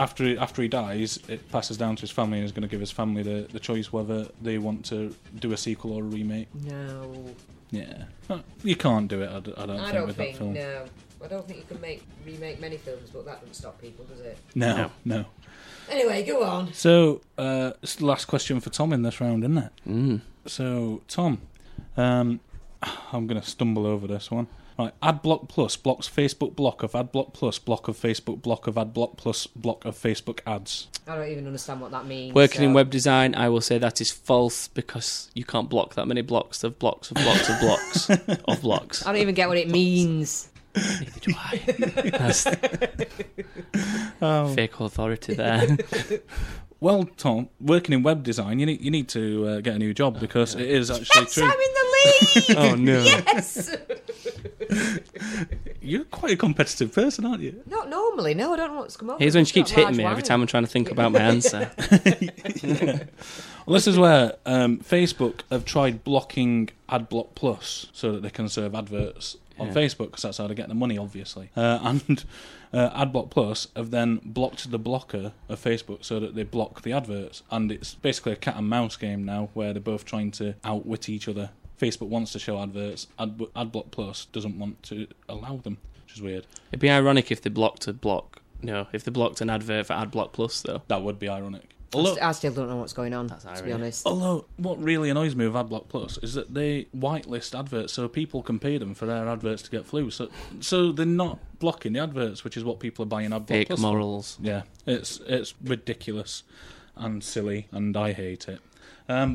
[SPEAKER 6] after he, after he dies, it passes down to his family, and he's going to give his family the, the choice whether they want to do a sequel or a remake.
[SPEAKER 7] No.
[SPEAKER 6] Yeah, Uh, you can't do it. I, d- I don't
[SPEAKER 7] I
[SPEAKER 6] think
[SPEAKER 7] don't
[SPEAKER 6] with
[SPEAKER 7] think,
[SPEAKER 6] that film.
[SPEAKER 7] no. I don't think you can make remake many films, but that doesn't stop people, does it?
[SPEAKER 6] No, no.
[SPEAKER 7] Anyway, go on.
[SPEAKER 6] So uh, it's the last question for Tom in this round, isn't it?
[SPEAKER 8] Mm.
[SPEAKER 6] So Tom, um, I'm going to stumble over this one. Right, AdBlock Plus blocks Facebook block of AdBlock Plus block of Facebook block of AdBlock Plus block of Facebook ads.
[SPEAKER 7] I don't even understand what that means.
[SPEAKER 8] Working in
[SPEAKER 7] so-
[SPEAKER 8] web design, I will say that is false because you can't block that many blocks of blocks of blocks of blocks of blocks.
[SPEAKER 7] I don't even get what it means.
[SPEAKER 8] Neither do I. That's fake authority there.
[SPEAKER 6] Well, Tom, working in web design, you need you need to uh, get a new job because it is actually
[SPEAKER 7] Yes,
[SPEAKER 6] true.
[SPEAKER 7] I'm in the lead.
[SPEAKER 8] oh no.
[SPEAKER 7] yes.
[SPEAKER 6] You're quite a competitive person, aren't you?
[SPEAKER 7] Not normally. No, I don't know what's come over.
[SPEAKER 8] Here's when she
[SPEAKER 7] It's got
[SPEAKER 8] keeps hitting
[SPEAKER 7] large
[SPEAKER 8] me every
[SPEAKER 7] wine.
[SPEAKER 8] time I'm trying to think about my answer.
[SPEAKER 6] Well, this is where um, Facebook have tried blocking AdBlock Plus so that they can serve adverts on
[SPEAKER 8] Yeah.
[SPEAKER 6] Facebook because that's how they get the money, obviously. Uh, and uh, AdBlock Plus have then blocked the blocker of Facebook so that they block the adverts, and it's basically a cat and mouse game now where they're both trying to outwit each other. Facebook wants to show adverts, Ad- AdBlock Plus doesn't want to allow them, which is weird.
[SPEAKER 8] It'd be ironic if they blocked a block. No, if they blocked an advert for AdBlock Plus, though.
[SPEAKER 6] That would be ironic. Although-
[SPEAKER 10] I still don't know what's going on, to be
[SPEAKER 8] irony.
[SPEAKER 10] honest.
[SPEAKER 6] Although, what really annoys me with Adblock Plus is that they whitelist adverts so people can pay them for their adverts to get flu. So, so they're not blocking the adverts, which is what people are buying Adblock
[SPEAKER 8] Fake
[SPEAKER 6] Plus. for.
[SPEAKER 8] morals.
[SPEAKER 6] Yeah, it's it's ridiculous and silly, and I hate it. Um,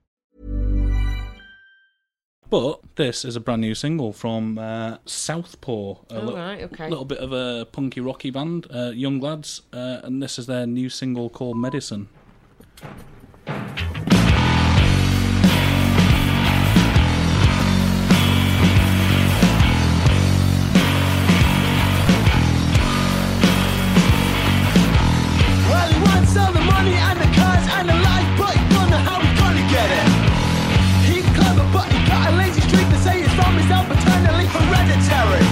[SPEAKER 6] but this is a brand new single from uh, Southpaw, a
[SPEAKER 10] All
[SPEAKER 6] little,
[SPEAKER 10] right, okay.
[SPEAKER 6] little bit of a punky rocky band, uh, Young Lads, uh, and this is their new single called Medicine.
[SPEAKER 5] Well, he wants all the money and the cars and the life, but he don't know how he gonna get it. He clever, but he got a lazy streak to say his family's not paternally hereditary.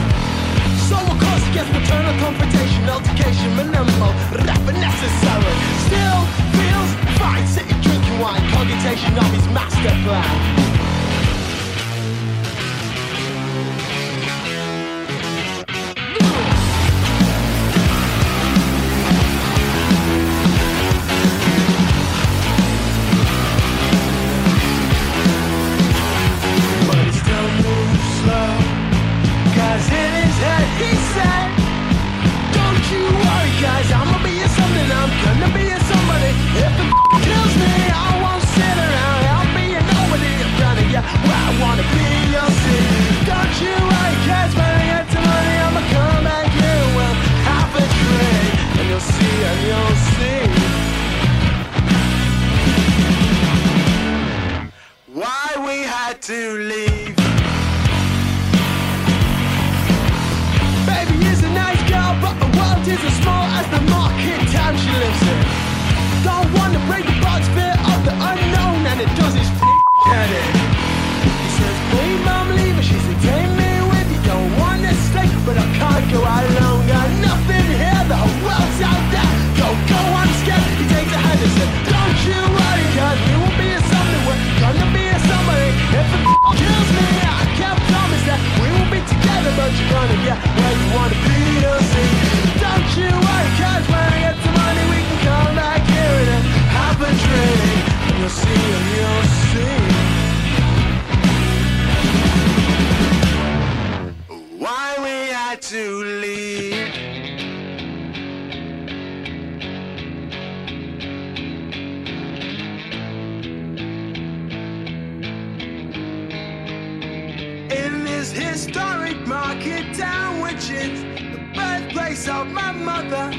[SPEAKER 5] So of course he gets maternal confrontation, altercation, minimal, rapid necessary. Still feels fine, sitting drinking wine, cogitation of his master plan. But he still moves slow. Cause in his head he said, Don't you worry, guys, I'ma be a something, I'm gonna be a somebody. If the kills me, I won't sit around, I'll be a nobody in front of ya. Where I wanna be, you'll see. Don't you worry, guys, when I get to money, I'ma come back here with half a drink. And you'll see, and you'll see. why we had to leave. Baby is a nice girl, but the world is as small as the market town she lives in. Don't wanna break the box fear of the unknown, and it does its f***ing head in. He says, please mum, leave her. She said, take me with you. Don't wanna stay, but I can't go out alone. Got nothing here, the whole world's out there. Don't go, I'm scared. He takes a hand and says, don't you worry, cause we will be a something. We're gonna be a somebody. If it f- kills me, I can't promise that we will be together, but you're gonna get where you wanna be, you'll see. Don't you worry, cause when I get the money, we can come back here and then have a drink. And you'll see, and you'll see. why we had to leave. In this historic market town, which is the birthplace of my mother,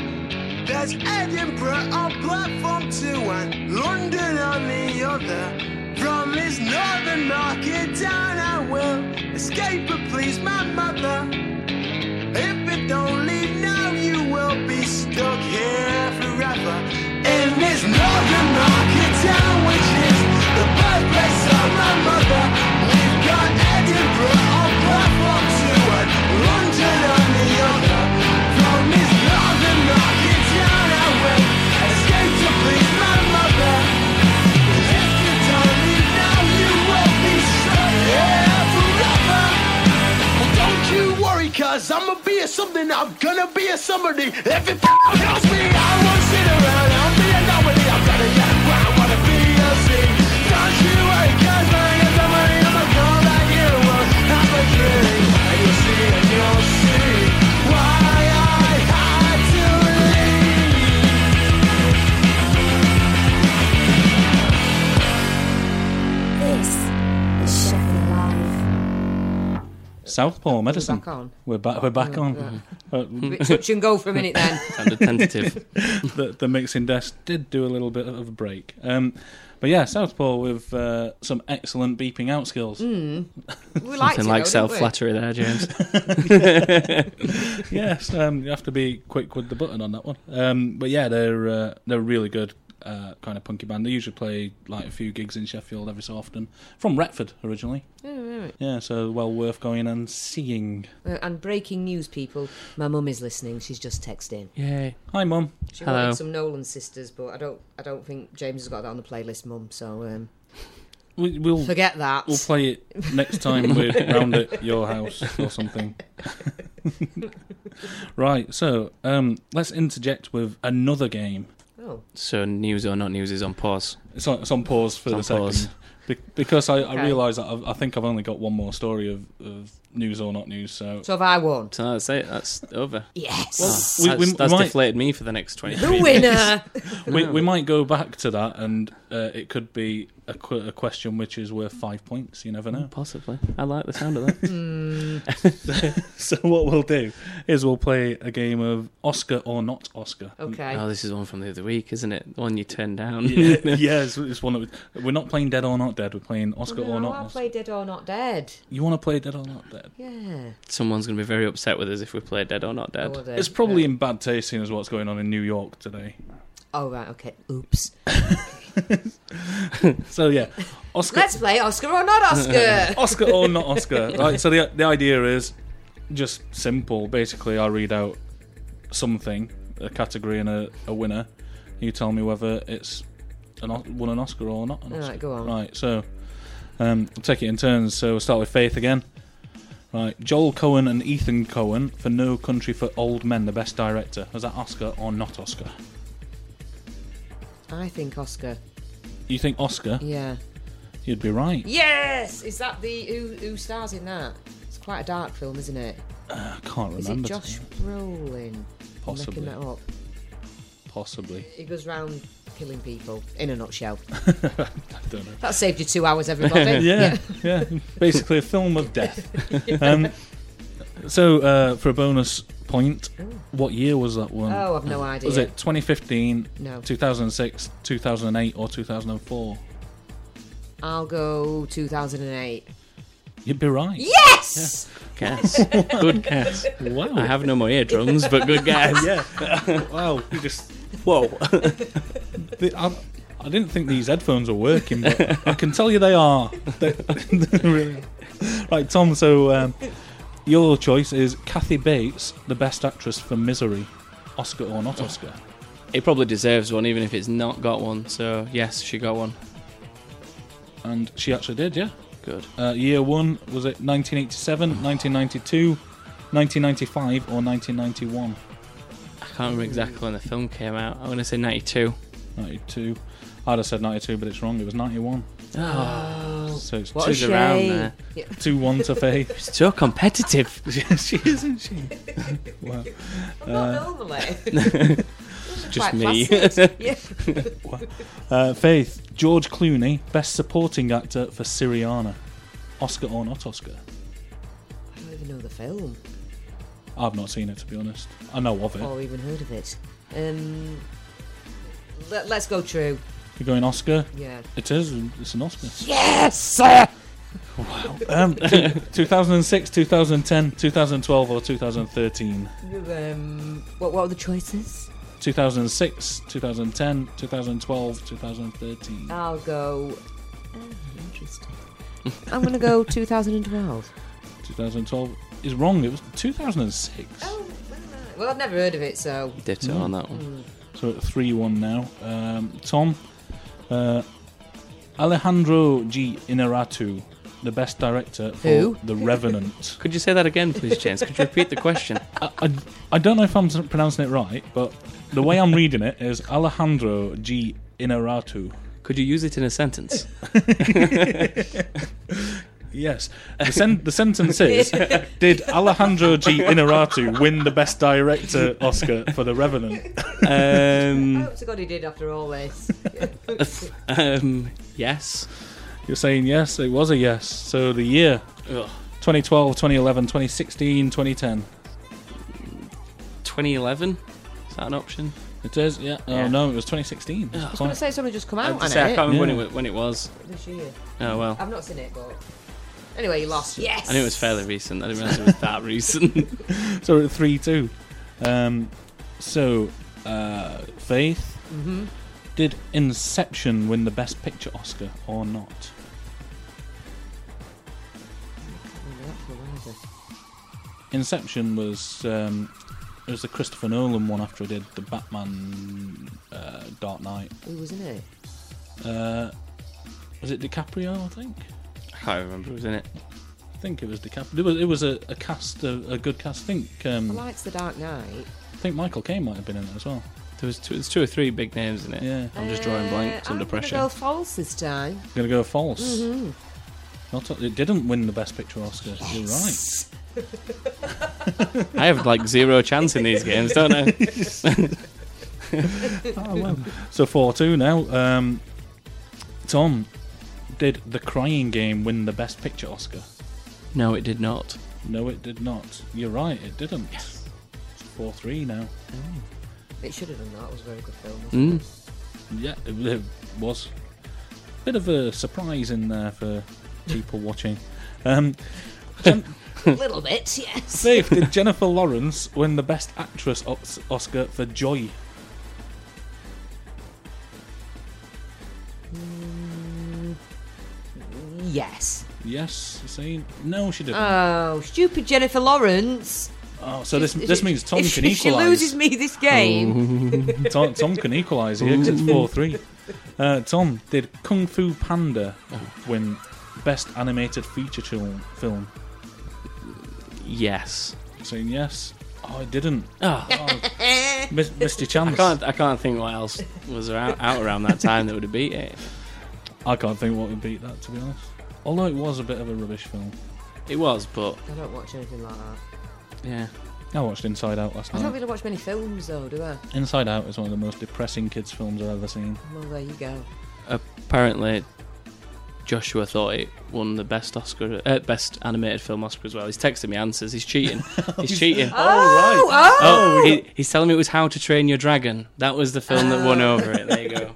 [SPEAKER 5] there's Edinburgh on platform two and London on the other. From this northern market town, I will escape but please my mother. If it don't leave now, you will be stuck here forever. In this northern market town, which is the birthplace of my mother, we've got Edinburgh on platform two and London on the other. From this northern market town,
[SPEAKER 11] I'ma be a something, I'm gonna be a somebody. If it f- kills me, I won't sit around. I'll be a nobody. I'm gonna get where I wanna be. I see. Don't you worry, 'cause I am the money. I'm a girl that you will have a dream. And you'll see, and you'll see why I had to leave.
[SPEAKER 3] This is Sheffield Live.
[SPEAKER 6] Southpaw medicine.
[SPEAKER 7] back on?
[SPEAKER 6] We're back. We're back
[SPEAKER 7] Oh,
[SPEAKER 6] on. Uh,
[SPEAKER 7] A bit touch and go for a minute then.
[SPEAKER 8] Standard tentative.
[SPEAKER 6] the, the mixing desk did do a little bit of a break. Um, but yeah, Southpaw with uh, some excellent beeping out skills.
[SPEAKER 7] Mm. We liked
[SPEAKER 8] Something
[SPEAKER 7] it,
[SPEAKER 8] like
[SPEAKER 7] though,
[SPEAKER 8] self
[SPEAKER 7] didn't we?
[SPEAKER 8] flattery there, James.
[SPEAKER 6] yes, um, you have to be quick with the button on that one. Um, but yeah, they're uh, they're really good uh, kind of punky band. They usually play like a few gigs in Sheffield every so often. From Retford originally.
[SPEAKER 7] Oh, right.
[SPEAKER 6] Yeah, so well worth going and seeing.
[SPEAKER 7] Uh, and breaking news, people. My mum is listening. She's just texting.
[SPEAKER 8] Yay!
[SPEAKER 6] Hi, mum.
[SPEAKER 7] She wanted some Nolan sisters, but I don't. I don't think James has got that on the playlist, mum. So um,
[SPEAKER 6] We, we'll
[SPEAKER 7] forget that.
[SPEAKER 6] We'll play it next time we're round at your house or something. right, so um, let's interject with another game.
[SPEAKER 7] Oh.
[SPEAKER 8] So news or not news is on pause.
[SPEAKER 6] It's on, it's on pause for
[SPEAKER 8] It's on
[SPEAKER 6] the second.
[SPEAKER 8] pause.
[SPEAKER 6] Be- because I,
[SPEAKER 7] Okay.
[SPEAKER 6] I realise that I've, I think I've only got one more story of, of news or not news. So,
[SPEAKER 7] So have I won?
[SPEAKER 8] So that's it. That's over.
[SPEAKER 7] Yes.
[SPEAKER 8] Well,
[SPEAKER 6] Well, we-
[SPEAKER 8] that's
[SPEAKER 6] we
[SPEAKER 8] that's
[SPEAKER 6] might-
[SPEAKER 8] deflated me for the next twenty.
[SPEAKER 7] The winner.
[SPEAKER 6] we, we might go back to that, and uh, it could be a, qu- a question which is worth five points. You never know.
[SPEAKER 8] Possibly. I like the sound of that.
[SPEAKER 6] Mm. so what we'll do is we'll play a game of Oscar or not Oscar.
[SPEAKER 7] Okay.
[SPEAKER 8] oh, this is one from the other week, isn't it? The one you turned down.
[SPEAKER 6] yeah, yeah, it's, it's one that we, we're not playing Dead or Not Dead. We're playing Oscar
[SPEAKER 7] no,
[SPEAKER 6] or Not.
[SPEAKER 7] I
[SPEAKER 6] Oscar.
[SPEAKER 7] play Dead or Not Dead.
[SPEAKER 6] You want to play Dead or Not Dead?
[SPEAKER 7] Yeah.
[SPEAKER 8] Someone's going to be very upset with us if we play Dead or Not Dead.
[SPEAKER 7] will do.
[SPEAKER 6] It's probably in bad taste, seeing as what's going on in New York today.
[SPEAKER 7] Oh right. Okay. Oops.
[SPEAKER 6] So yeah, Oscar,
[SPEAKER 7] Let's play Oscar or Not Oscar.
[SPEAKER 6] Oscar or Not Oscar. Right. So the the idea is just simple. Basically, I read out something, a category and a, a winner. You tell me whether it's an, O- won an Oscar or not. An
[SPEAKER 7] All right,
[SPEAKER 6] Oscar.
[SPEAKER 7] go on.
[SPEAKER 6] Right. So um, we'll take it in turns. So we'll start with Faith again. Right, Joel Cohen and Ethan Cohen for No Country for Old Men, the best director. Was that Oscar or not Oscar?
[SPEAKER 7] I think Oscar.
[SPEAKER 6] You think Oscar?
[SPEAKER 7] Yeah.
[SPEAKER 6] You'd be right.
[SPEAKER 7] Yes. Is that the who who stars in that? It's quite a dark film, isn't it?
[SPEAKER 6] I can't
[SPEAKER 7] Is it
[SPEAKER 6] remember.
[SPEAKER 7] Josh Brolin? I'm
[SPEAKER 6] Possibly.
[SPEAKER 7] Making that up.
[SPEAKER 6] Possibly.
[SPEAKER 7] He goes round killing people. In a nutshell.
[SPEAKER 6] I don't know.
[SPEAKER 7] That saved you two hours, everybody.
[SPEAKER 6] yeah, yeah. Basically, a film of death. Um, so, uh, for a bonus point, what year was that one?
[SPEAKER 7] Oh, I've no idea.
[SPEAKER 6] Was it 2015,
[SPEAKER 7] No.
[SPEAKER 6] 2006, 2008, or 2004?
[SPEAKER 7] I'll go 2008.
[SPEAKER 6] You'd be right.
[SPEAKER 7] Yes!
[SPEAKER 8] Guess. good guess.
[SPEAKER 6] Wow.
[SPEAKER 8] I have no more eardrums, but good guess.
[SPEAKER 6] yeah. wow. You just.
[SPEAKER 8] Whoa.
[SPEAKER 6] the- I, I didn't think these headphones were working, but I can tell you they are. They- really. Right, Tom. So, um, your choice is Kathy Bates, the best actress for Misery, Oscar or
[SPEAKER 8] Oh.
[SPEAKER 6] not Oscar?
[SPEAKER 8] It probably deserves one, even if it's not got one. So yes, she got one.
[SPEAKER 6] and she actually did, yeah.
[SPEAKER 8] Good.
[SPEAKER 6] Uh, year one was it 1987, 1992, 1995, or 1991?
[SPEAKER 8] I can't remember exactly when the film came out. I'm going to say 92.
[SPEAKER 6] 92. I'd have said 92, but it's wrong. It was 91. So it's
[SPEAKER 7] What
[SPEAKER 6] two,
[SPEAKER 7] a
[SPEAKER 8] She's around
[SPEAKER 7] shame.
[SPEAKER 8] there.
[SPEAKER 7] Yeah.
[SPEAKER 6] two one to Faith.
[SPEAKER 8] So competitive.
[SPEAKER 6] she isn't she? wow.
[SPEAKER 7] Not
[SPEAKER 6] Uh,
[SPEAKER 7] normally.
[SPEAKER 8] Just
[SPEAKER 7] Quite
[SPEAKER 8] me.
[SPEAKER 7] flaccid. yeah.
[SPEAKER 6] Uh, Faith George Clooney, best supporting actor for Syriana, Oscar or not Oscar?
[SPEAKER 7] I don't even know the film
[SPEAKER 6] I've not seen it to be honest. I know of it.
[SPEAKER 7] or even heard of it. Um, let, let's go true.
[SPEAKER 6] You're going Oscar.
[SPEAKER 7] Yeah.
[SPEAKER 6] It is. It's an Oscar.
[SPEAKER 7] Yes! Wow.
[SPEAKER 6] Um, t- 2006, 2010, 2012, or 2013?
[SPEAKER 7] Um, what, what were the choices?
[SPEAKER 6] 2006, 2010, 2012, 2013.
[SPEAKER 7] I'll go. Oh, interesting. I'm going to go 2012.
[SPEAKER 6] 2012 is wrong. It was 2006.
[SPEAKER 7] Well, I've never heard of it, so.
[SPEAKER 8] Ditto on that one.
[SPEAKER 6] So 3 1 now. Um, Tom, uh, Alejandro G. Inaratu the best director for
[SPEAKER 8] Who?
[SPEAKER 6] The Revenant.
[SPEAKER 8] Could you say that again, please, James? Could you repeat the question?
[SPEAKER 6] I, I, I don't know if I'm pronouncing it right, but the way I'm reading it is Alejandro G. Inarritu.
[SPEAKER 8] Could you use it in a sentence?
[SPEAKER 6] yes. The, sen- the sentence is Did Alejandro G. Inarritu win the Best Director Oscar for The Revenant?
[SPEAKER 8] Um,
[SPEAKER 7] I hope to God he did after all this.
[SPEAKER 6] um, yes. You're saying yes, it was a yes. So the year
[SPEAKER 8] Ugh.
[SPEAKER 6] 2012, 2011, 2016, 2010.
[SPEAKER 8] 2011? Is that an option?
[SPEAKER 6] It is, yeah. Oh
[SPEAKER 8] Yeah.
[SPEAKER 6] no, it was 2016.
[SPEAKER 7] I was going to say something just come out.
[SPEAKER 8] I,
[SPEAKER 7] hadn't
[SPEAKER 8] was gonna say, I
[SPEAKER 7] it?
[SPEAKER 8] can't remember when, it, wa- when it was.
[SPEAKER 7] This year.
[SPEAKER 8] Oh, well.
[SPEAKER 7] I've not seen it, but anyway, you lost. Yes.
[SPEAKER 8] I knew it was fairly recent. I didn't realise it was that recent.
[SPEAKER 6] so we're at 3 2. Um, so, uh, Faith,
[SPEAKER 8] Mm-hmm.
[SPEAKER 7] Mhm.
[SPEAKER 6] did Inception win the Best Picture Oscar or not?
[SPEAKER 7] Oh,
[SPEAKER 6] Inception was um, it was the Christopher Nolan one after he did the Batman uh, Dark Knight.
[SPEAKER 7] Who was in it?
[SPEAKER 6] Uh, was it DiCaprio? I think.
[SPEAKER 8] I can't remember who was in it.
[SPEAKER 6] I think it was DiCaprio. It was it was a, a cast a, a good cast. I think
[SPEAKER 7] I
[SPEAKER 6] um,
[SPEAKER 7] liked The Dark Knight.
[SPEAKER 6] I think Michael Caine might have been in it as well.
[SPEAKER 8] There was two, there's two or three big names in it.
[SPEAKER 6] Yeah.
[SPEAKER 8] I'm just drawing blanks
[SPEAKER 7] Uh,
[SPEAKER 8] under
[SPEAKER 7] I'm gonna
[SPEAKER 8] pressure.
[SPEAKER 7] Go false this time.
[SPEAKER 6] I'm gonna go false.
[SPEAKER 7] Mhm.
[SPEAKER 6] Not it didn't win the Best Picture Oscar. You're right.
[SPEAKER 8] I have like zero chance in these games, don't I?
[SPEAKER 6] oh, well. So 4 2 now. Um, Tom, did The Crying Game win the Best Picture Oscar?
[SPEAKER 8] no, it did not.
[SPEAKER 6] No, it did not. You're right, it didn't. 4 3 now.
[SPEAKER 7] It should have done that. It was a very good film.
[SPEAKER 8] Mm.
[SPEAKER 7] Wasn't
[SPEAKER 6] Yeah, it, it was. Bit of a surprise in there for people watching. Um, Jen-
[SPEAKER 7] it?
[SPEAKER 8] Mm-hmm.
[SPEAKER 7] a little bit, yes.
[SPEAKER 6] Dave, did Jennifer Lawrence win the Best Actress Os- Oscar for Joy?
[SPEAKER 7] Yes.
[SPEAKER 6] Yes, you saying? No, she didn't.
[SPEAKER 7] Oh, stupid Jennifer Lawrence.
[SPEAKER 6] oh, so this
[SPEAKER 7] Is- is
[SPEAKER 6] this
[SPEAKER 7] it-
[SPEAKER 6] means Tom
[SPEAKER 7] if
[SPEAKER 6] can
[SPEAKER 7] she- if she
[SPEAKER 6] equalise.
[SPEAKER 7] loses me this game.
[SPEAKER 6] Tom, Tom can equalise here 'cause it's 4 3. Uh, Tom, did Kung Fu Panda win Best Animated Feature chil- Film?
[SPEAKER 8] Yes.
[SPEAKER 6] Saying yes. Oh, it didn't.
[SPEAKER 8] Oh.
[SPEAKER 7] Eh.
[SPEAKER 6] Miss, missed your
[SPEAKER 8] I
[SPEAKER 6] chance.
[SPEAKER 8] can't. I can't think what else was around, out around that time that would have beat it.
[SPEAKER 6] I can't think what would beat that, to be honest. Although it was a bit of a rubbish film.
[SPEAKER 8] It was, but
[SPEAKER 7] I don't watch anything like that.
[SPEAKER 8] yeah.
[SPEAKER 6] I watched Inside Out last
[SPEAKER 7] I
[SPEAKER 6] night.
[SPEAKER 7] don't really watch many films, though, do I?
[SPEAKER 6] Inside Out is one of the most depressing kids' films I've ever seen.
[SPEAKER 7] Well, there you go.
[SPEAKER 8] Apparently, Joshua thought it won the best Oscar, uh, best animated film Oscar as well. He's texting me answers. He's cheating. He's cheating.
[SPEAKER 6] Oh, right.
[SPEAKER 8] Oh, he, he's telling me it was How to Train Your Dragon. That was the film that won over it. There you go.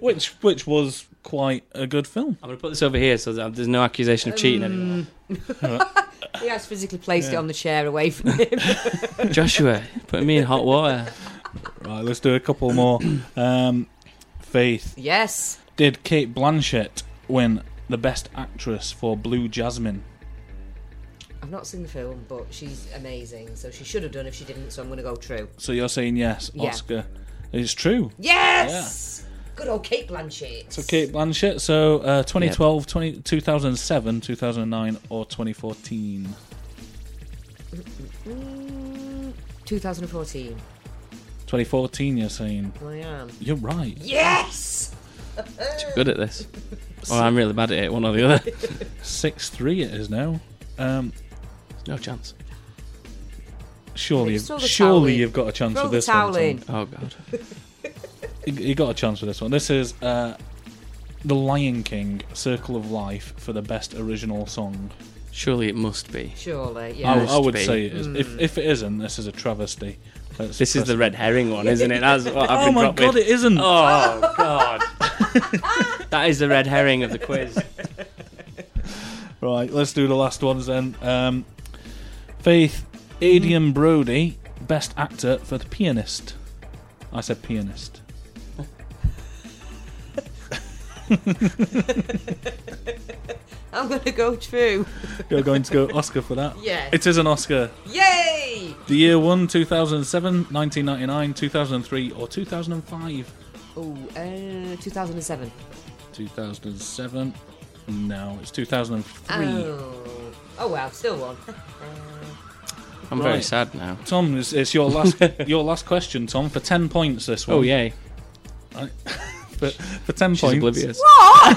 [SPEAKER 6] Which, which was quite a good film.
[SPEAKER 8] I'm gonna put this over here so that there's no accusation of cheating anymore.
[SPEAKER 6] Oh.
[SPEAKER 7] He has physically placed it on the chair away from him.
[SPEAKER 8] Joshua, putting me in hot water.
[SPEAKER 6] Right, let's do a couple more. Um, Faith,
[SPEAKER 7] yes.
[SPEAKER 6] did Kate Blanchett win the Best Actress for Blue Jasmine?
[SPEAKER 7] I've not seen the film, but she's amazing, so she should have done if she didn't, so I'm going to go true.
[SPEAKER 6] So you're saying yes,
[SPEAKER 7] Yeah.
[SPEAKER 6] Oscar. It's true.
[SPEAKER 7] Yes! Good old Kate Blanchett.
[SPEAKER 6] So Kate Blanchett, so uh, 2012, 20, 2007, 2009, or 2014?
[SPEAKER 7] Mm, 2014.
[SPEAKER 6] 2014, you're saying.
[SPEAKER 7] I am.
[SPEAKER 6] You're right.
[SPEAKER 7] Yes!
[SPEAKER 8] Good at this. Or I'm really bad at it. One or the other.
[SPEAKER 6] 6 3 it is now. Um,
[SPEAKER 8] No chance.
[SPEAKER 6] surely
[SPEAKER 7] Throw the towel
[SPEAKER 6] surely
[SPEAKER 7] in.
[SPEAKER 6] you've got a chance
[SPEAKER 7] Throw
[SPEAKER 6] with
[SPEAKER 7] the
[SPEAKER 6] this
[SPEAKER 7] towel
[SPEAKER 6] one.
[SPEAKER 7] in.
[SPEAKER 6] Tom.
[SPEAKER 8] Oh god.
[SPEAKER 6] You- You got a chance with this one. This is uh, The Lion King Circle of Life for the Best Original Song.
[SPEAKER 8] Surely it must be.
[SPEAKER 7] Surely,
[SPEAKER 6] I,
[SPEAKER 7] yeah.
[SPEAKER 6] I
[SPEAKER 8] Must
[SPEAKER 6] would
[SPEAKER 8] be.
[SPEAKER 6] say it is. If, if it isn't, this is a travesty. Let's
[SPEAKER 8] This is
[SPEAKER 6] press-
[SPEAKER 8] the red herring one, isn't it? That's what I've
[SPEAKER 6] Oh
[SPEAKER 8] been
[SPEAKER 6] my
[SPEAKER 8] dropped
[SPEAKER 6] god,
[SPEAKER 8] with.
[SPEAKER 6] it isn't.
[SPEAKER 8] Oh god. that is the red herring of the quiz.
[SPEAKER 6] Right, let's do the last ones then. Um, Faith, Adrian Brody, Best Actor for The Pianist. I said pianist.
[SPEAKER 7] I'm going to go true.
[SPEAKER 6] You're going to go Oscar for that?
[SPEAKER 7] Yes.
[SPEAKER 6] It is an Oscar.
[SPEAKER 7] Yay!
[SPEAKER 6] The year one, 2007, 1999, 2003, or 2005?
[SPEAKER 7] Oh, uh, 2007.
[SPEAKER 6] 2007. No, it's 2003.
[SPEAKER 7] Oh. oh well, still one.
[SPEAKER 8] I'm very sad now.
[SPEAKER 6] Tom, it's, it's your last your last question, Tom, for ten points this one.
[SPEAKER 8] Oh, yay.
[SPEAKER 6] Right. for, for ten
[SPEAKER 8] She's
[SPEAKER 6] points.
[SPEAKER 8] oblivious.
[SPEAKER 7] What?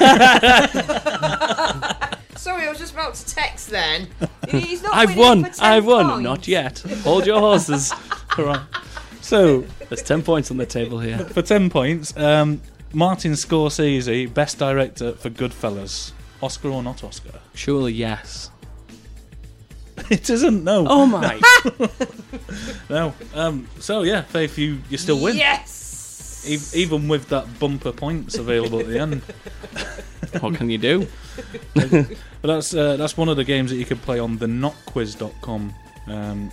[SPEAKER 7] Sorry, I was just about to text then. He's not
[SPEAKER 8] I've
[SPEAKER 7] winning
[SPEAKER 8] won.
[SPEAKER 7] for 10
[SPEAKER 8] I've won.
[SPEAKER 7] points.
[SPEAKER 8] Not yet. Hold your horses.
[SPEAKER 6] Right. So
[SPEAKER 8] there's ten points on the table here.
[SPEAKER 6] for ten points, um, Martin Scorsese, best director for Goodfellas, Oscar or not Oscar?
[SPEAKER 8] Surely yes.
[SPEAKER 6] It isn't. No.
[SPEAKER 8] Oh my.
[SPEAKER 6] No. Um, so yeah, Faith, you you still win.
[SPEAKER 7] Yes.
[SPEAKER 6] E- even with that bumper points available at the end.
[SPEAKER 8] what can you do?
[SPEAKER 6] but that's uh, that's one of the games that you can play on the notquiz.com, um,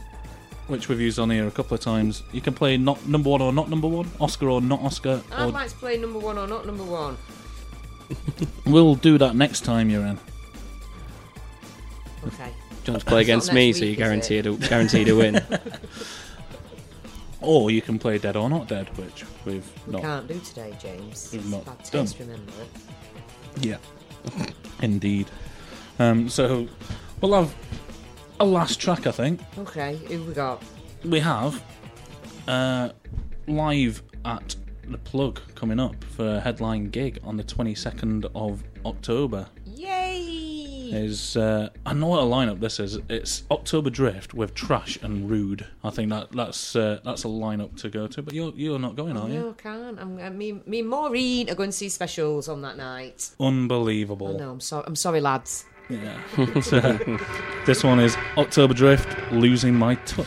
[SPEAKER 6] which we've used on here a couple of times. You can play not number one or not number one, Oscar or not Oscar.
[SPEAKER 7] I'd
[SPEAKER 8] Oh
[SPEAKER 6] Or
[SPEAKER 7] like to play number one or not number one.
[SPEAKER 6] we'll do that next time you're in.
[SPEAKER 7] Okay.
[SPEAKER 8] Do you want to play
[SPEAKER 7] It's not
[SPEAKER 8] against
[SPEAKER 7] next
[SPEAKER 8] me
[SPEAKER 7] week,
[SPEAKER 8] so you
[SPEAKER 7] is
[SPEAKER 8] guarantee
[SPEAKER 7] it?
[SPEAKER 8] to guarantee to win?
[SPEAKER 6] Or you can play dead or not dead, which we've
[SPEAKER 7] We
[SPEAKER 6] not.
[SPEAKER 7] can't do today, James.
[SPEAKER 6] We've
[SPEAKER 7] It's
[SPEAKER 6] not
[SPEAKER 7] bad
[SPEAKER 6] done.
[SPEAKER 7] taste, remember.
[SPEAKER 6] Yeah, indeed. Um, so we'll have a last track, I think.
[SPEAKER 7] Okay, who we got?
[SPEAKER 6] we have uh, live at the plug coming up for a headline gig on the 22nd of October.
[SPEAKER 7] Yay!
[SPEAKER 6] Is uh, I know what a lineup this is. It's October Drift with Trash and Rude. I think that that's uh, that's a lineup to go to. But you're you're not going, are
[SPEAKER 7] No,
[SPEAKER 6] you?
[SPEAKER 7] I can't. I'm, I, me, me and Maureen are going to see specials on that night.
[SPEAKER 6] Unbelievable.
[SPEAKER 7] Oh, no, I'm sorry. I'm sorry, lads.
[SPEAKER 6] Yeah. so, this one is October Drift, losing my touch.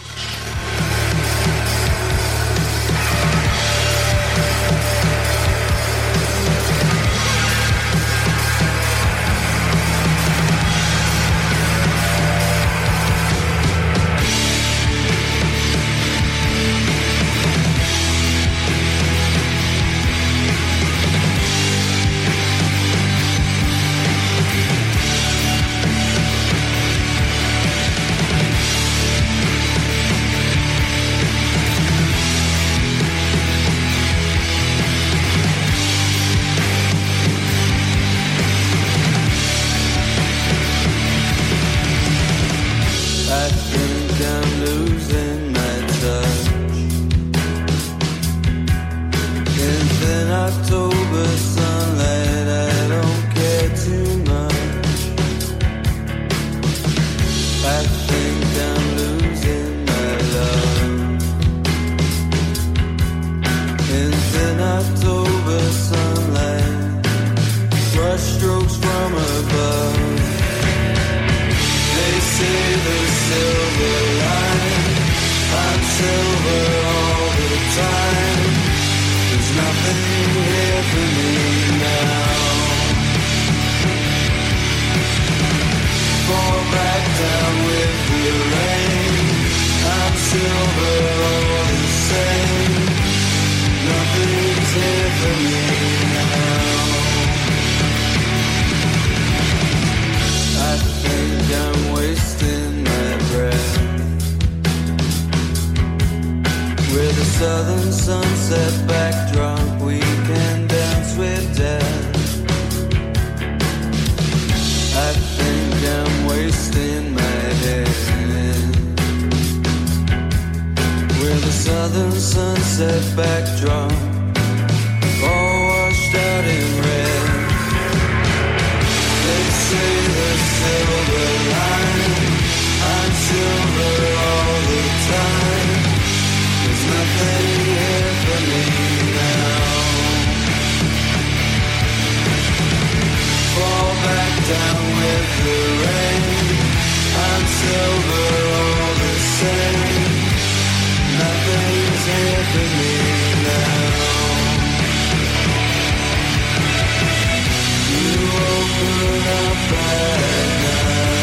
[SPEAKER 5] I think I'm losing my touch. In thin October sunlight, I don't care too much. I think I'm losing my love. In thin October sunlight, brush strokes from above. They say the silver line. I'm silver all the time. There's nothing here for me now. Fall back down with the rain. I'm silver all the same. Nothing's here for me now. I think I'm wasting my breath With a southern sunset backdrop We can dance with death I think I'm wasting my head With a southern sunset backdrop All washed out in red They say the silver line I'm silver all the time There's nothing here for me now Fall back down with the rain I'm silver all the same Nothing's here for me now You open up at night.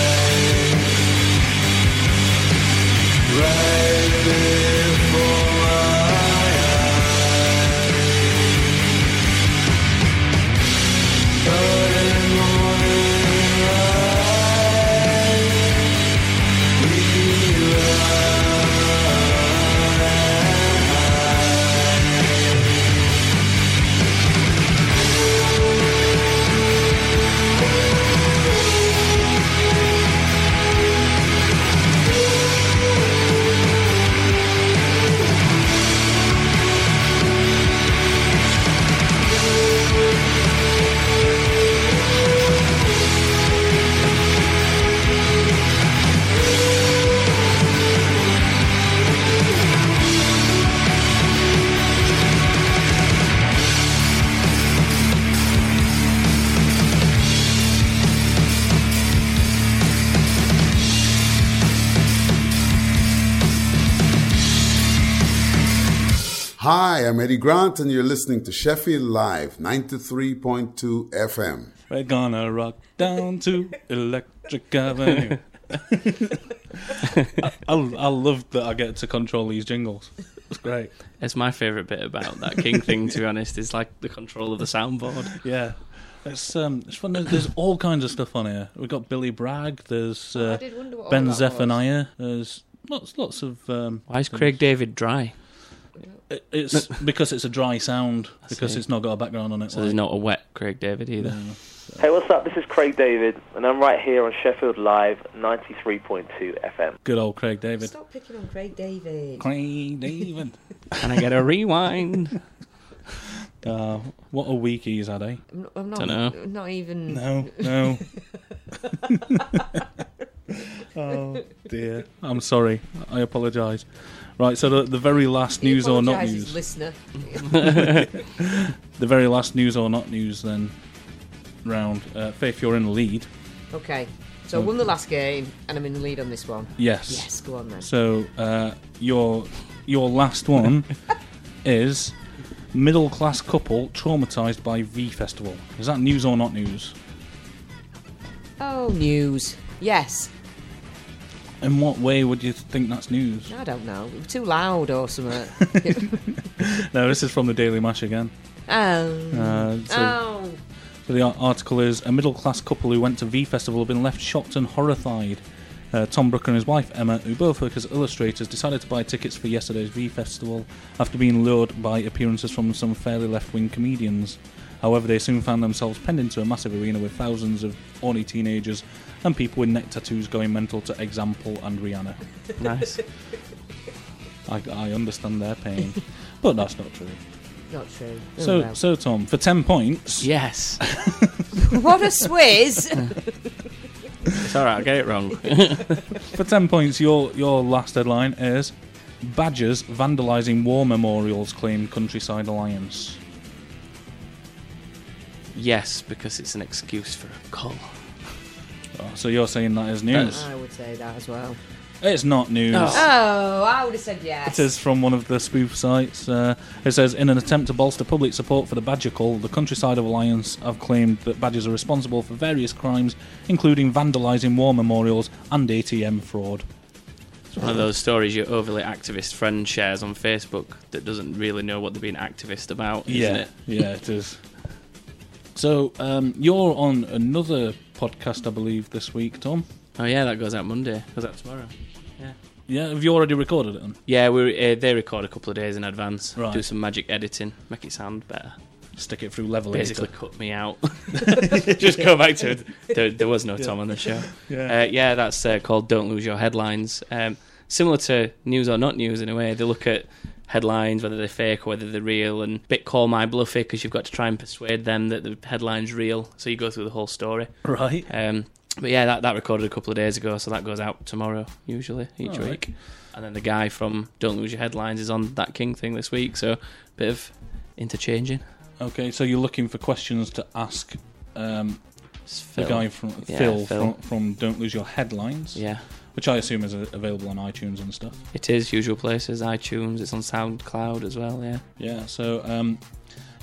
[SPEAKER 12] Hi, I'm Eddie Grant, and you're listening to Sheffield Live 93.2 FM.
[SPEAKER 6] We're gonna rock down to Electric Avenue. I, I, I love that I get to control these jingles. It's great.
[SPEAKER 8] It's my favourite bit about that King thing, to be honest, is like the control of the soundboard.
[SPEAKER 6] Yeah. It's um, it's fun. There's all kinds of stuff on here. We've got Billy Bragg. There's
[SPEAKER 7] Oh, I
[SPEAKER 6] uh,
[SPEAKER 7] did wonder what all that
[SPEAKER 6] Ben
[SPEAKER 7] was.
[SPEAKER 6] Zephaniah. There's lots, lots of. Um,
[SPEAKER 8] Why is Craig David dry?
[SPEAKER 6] It- It's because it's a dry sound because
[SPEAKER 8] see.
[SPEAKER 6] it's not got a background on it.
[SPEAKER 8] So there's not a wet Craig David either.
[SPEAKER 9] Hey, what's up? This is Craig David, and I'm right here on Sheffield Live 93.2 FM.
[SPEAKER 6] Good old Craig David.
[SPEAKER 7] Stop picking on Craig David.
[SPEAKER 6] Craig David.
[SPEAKER 8] Can I get a rewind?
[SPEAKER 6] Uh, what a week he's had, eh?
[SPEAKER 7] I'm not, I'm not, I'm not even.
[SPEAKER 6] No, no. oh dear. I'm sorry. I apologise. Right, so the, the very last
[SPEAKER 7] He
[SPEAKER 6] news or not
[SPEAKER 7] apologises,
[SPEAKER 6] news.
[SPEAKER 7] listener.
[SPEAKER 6] the very last news or not news then round. Uh, Faith, you're in the lead.
[SPEAKER 7] Okay. So I won the last game, and I'm in the lead on this one.
[SPEAKER 6] Yes.
[SPEAKER 7] Yes. Go on then.
[SPEAKER 6] So uh, your your last one is middle class couple traumatized by V Festival. Is that news or not news?
[SPEAKER 7] Oh, news. Yes.
[SPEAKER 6] In what way would you think that's news?
[SPEAKER 7] I don't know. It was Too loud or something.
[SPEAKER 6] No, this is from the Daily Mash again.
[SPEAKER 7] Um,
[SPEAKER 6] Uh, so-
[SPEAKER 7] oh.
[SPEAKER 6] So the ar- article is a middle class couple who went to V Festival have been left shocked and horrified. Uh, Tom Brooker and his wife Emma, who both work as illustrators, decided to buy tickets for yesterday's V Festival after being lured by appearances from some fairly left wing comedians. However, they soon found themselves penned into a massive arena with thousands of horny teenagers and people with neck tattoos going mental to Example and Rihanna.
[SPEAKER 8] Nice.
[SPEAKER 6] I, I understand their pain, but that's not true.
[SPEAKER 7] Not true. Oh,
[SPEAKER 6] So,
[SPEAKER 7] well.
[SPEAKER 6] so Tom, for 10 points.
[SPEAKER 8] Yes.
[SPEAKER 7] what a swizz!
[SPEAKER 8] It's all right. I'll get it wrong.
[SPEAKER 6] For ten points, your your last headline is Badgers vandalising war memorials claim countryside alliance.
[SPEAKER 8] yes, because it's an excuse for a call.
[SPEAKER 6] Oh, so you're saying that is news?
[SPEAKER 7] I would say that as well.
[SPEAKER 6] It's not news.
[SPEAKER 7] Oh, I would have said
[SPEAKER 6] It
[SPEAKER 7] yes.
[SPEAKER 6] is from one of the spoof sites. Uh, it says, in an attempt to bolster public support for the Badger Call, the Countryside Alliance have claimed that badgers are responsible for various crimes, including vandalising war memorials and ATM fraud.
[SPEAKER 8] It's one of those stories your overly activist friend shares on Facebook that doesn't really know what they're being activist about, isn't
[SPEAKER 6] yeah,
[SPEAKER 8] it?
[SPEAKER 6] yeah, it is. So um, you're on another podcast, I believe, this week, Tom.
[SPEAKER 8] Oh yeah, that goes out Monday. Goes out tomorrow. Yeah.
[SPEAKER 6] Yeah, have you already recorded it? Then?
[SPEAKER 8] Yeah, we uh, they record a couple of days in advance.
[SPEAKER 6] Right.
[SPEAKER 8] Do some magic editing, make it sound better.
[SPEAKER 6] Stick it through level.
[SPEAKER 8] Basically, cut me out. Just go back to it. There, there was no
[SPEAKER 6] Yeah.
[SPEAKER 8] Tom on the show.
[SPEAKER 6] Yeah.
[SPEAKER 8] uh, yeah that's uh, called "Don't Lose Your Headlines." Um, similar to news or not news in a way. They look at headlines, whether they're fake or whether they're real, and bit call my bluff because you've got to try and persuade them that the headline's real. So you go through the whole story.
[SPEAKER 6] Right.
[SPEAKER 8] Um, but yeah, that, that recorded a couple of days ago, so that goes out tomorrow usually each
[SPEAKER 6] All right.
[SPEAKER 8] week. And then the guy from "Don't Lose Your Headlines" is on that King thing this week, so bit of interchanging.
[SPEAKER 6] Okay, so you're looking for questions to ask um, the
[SPEAKER 8] Phil.
[SPEAKER 6] guy from
[SPEAKER 8] Yeah,
[SPEAKER 6] Phil,
[SPEAKER 8] Phil.
[SPEAKER 6] From, from Don't Lose Your Headlines.
[SPEAKER 8] Yeah.
[SPEAKER 6] Which I assume is uh, available on iTunes and stuff.
[SPEAKER 8] It is usual places, iTunes. It's on SoundCloud as well. Yeah.
[SPEAKER 6] Yeah. So, um,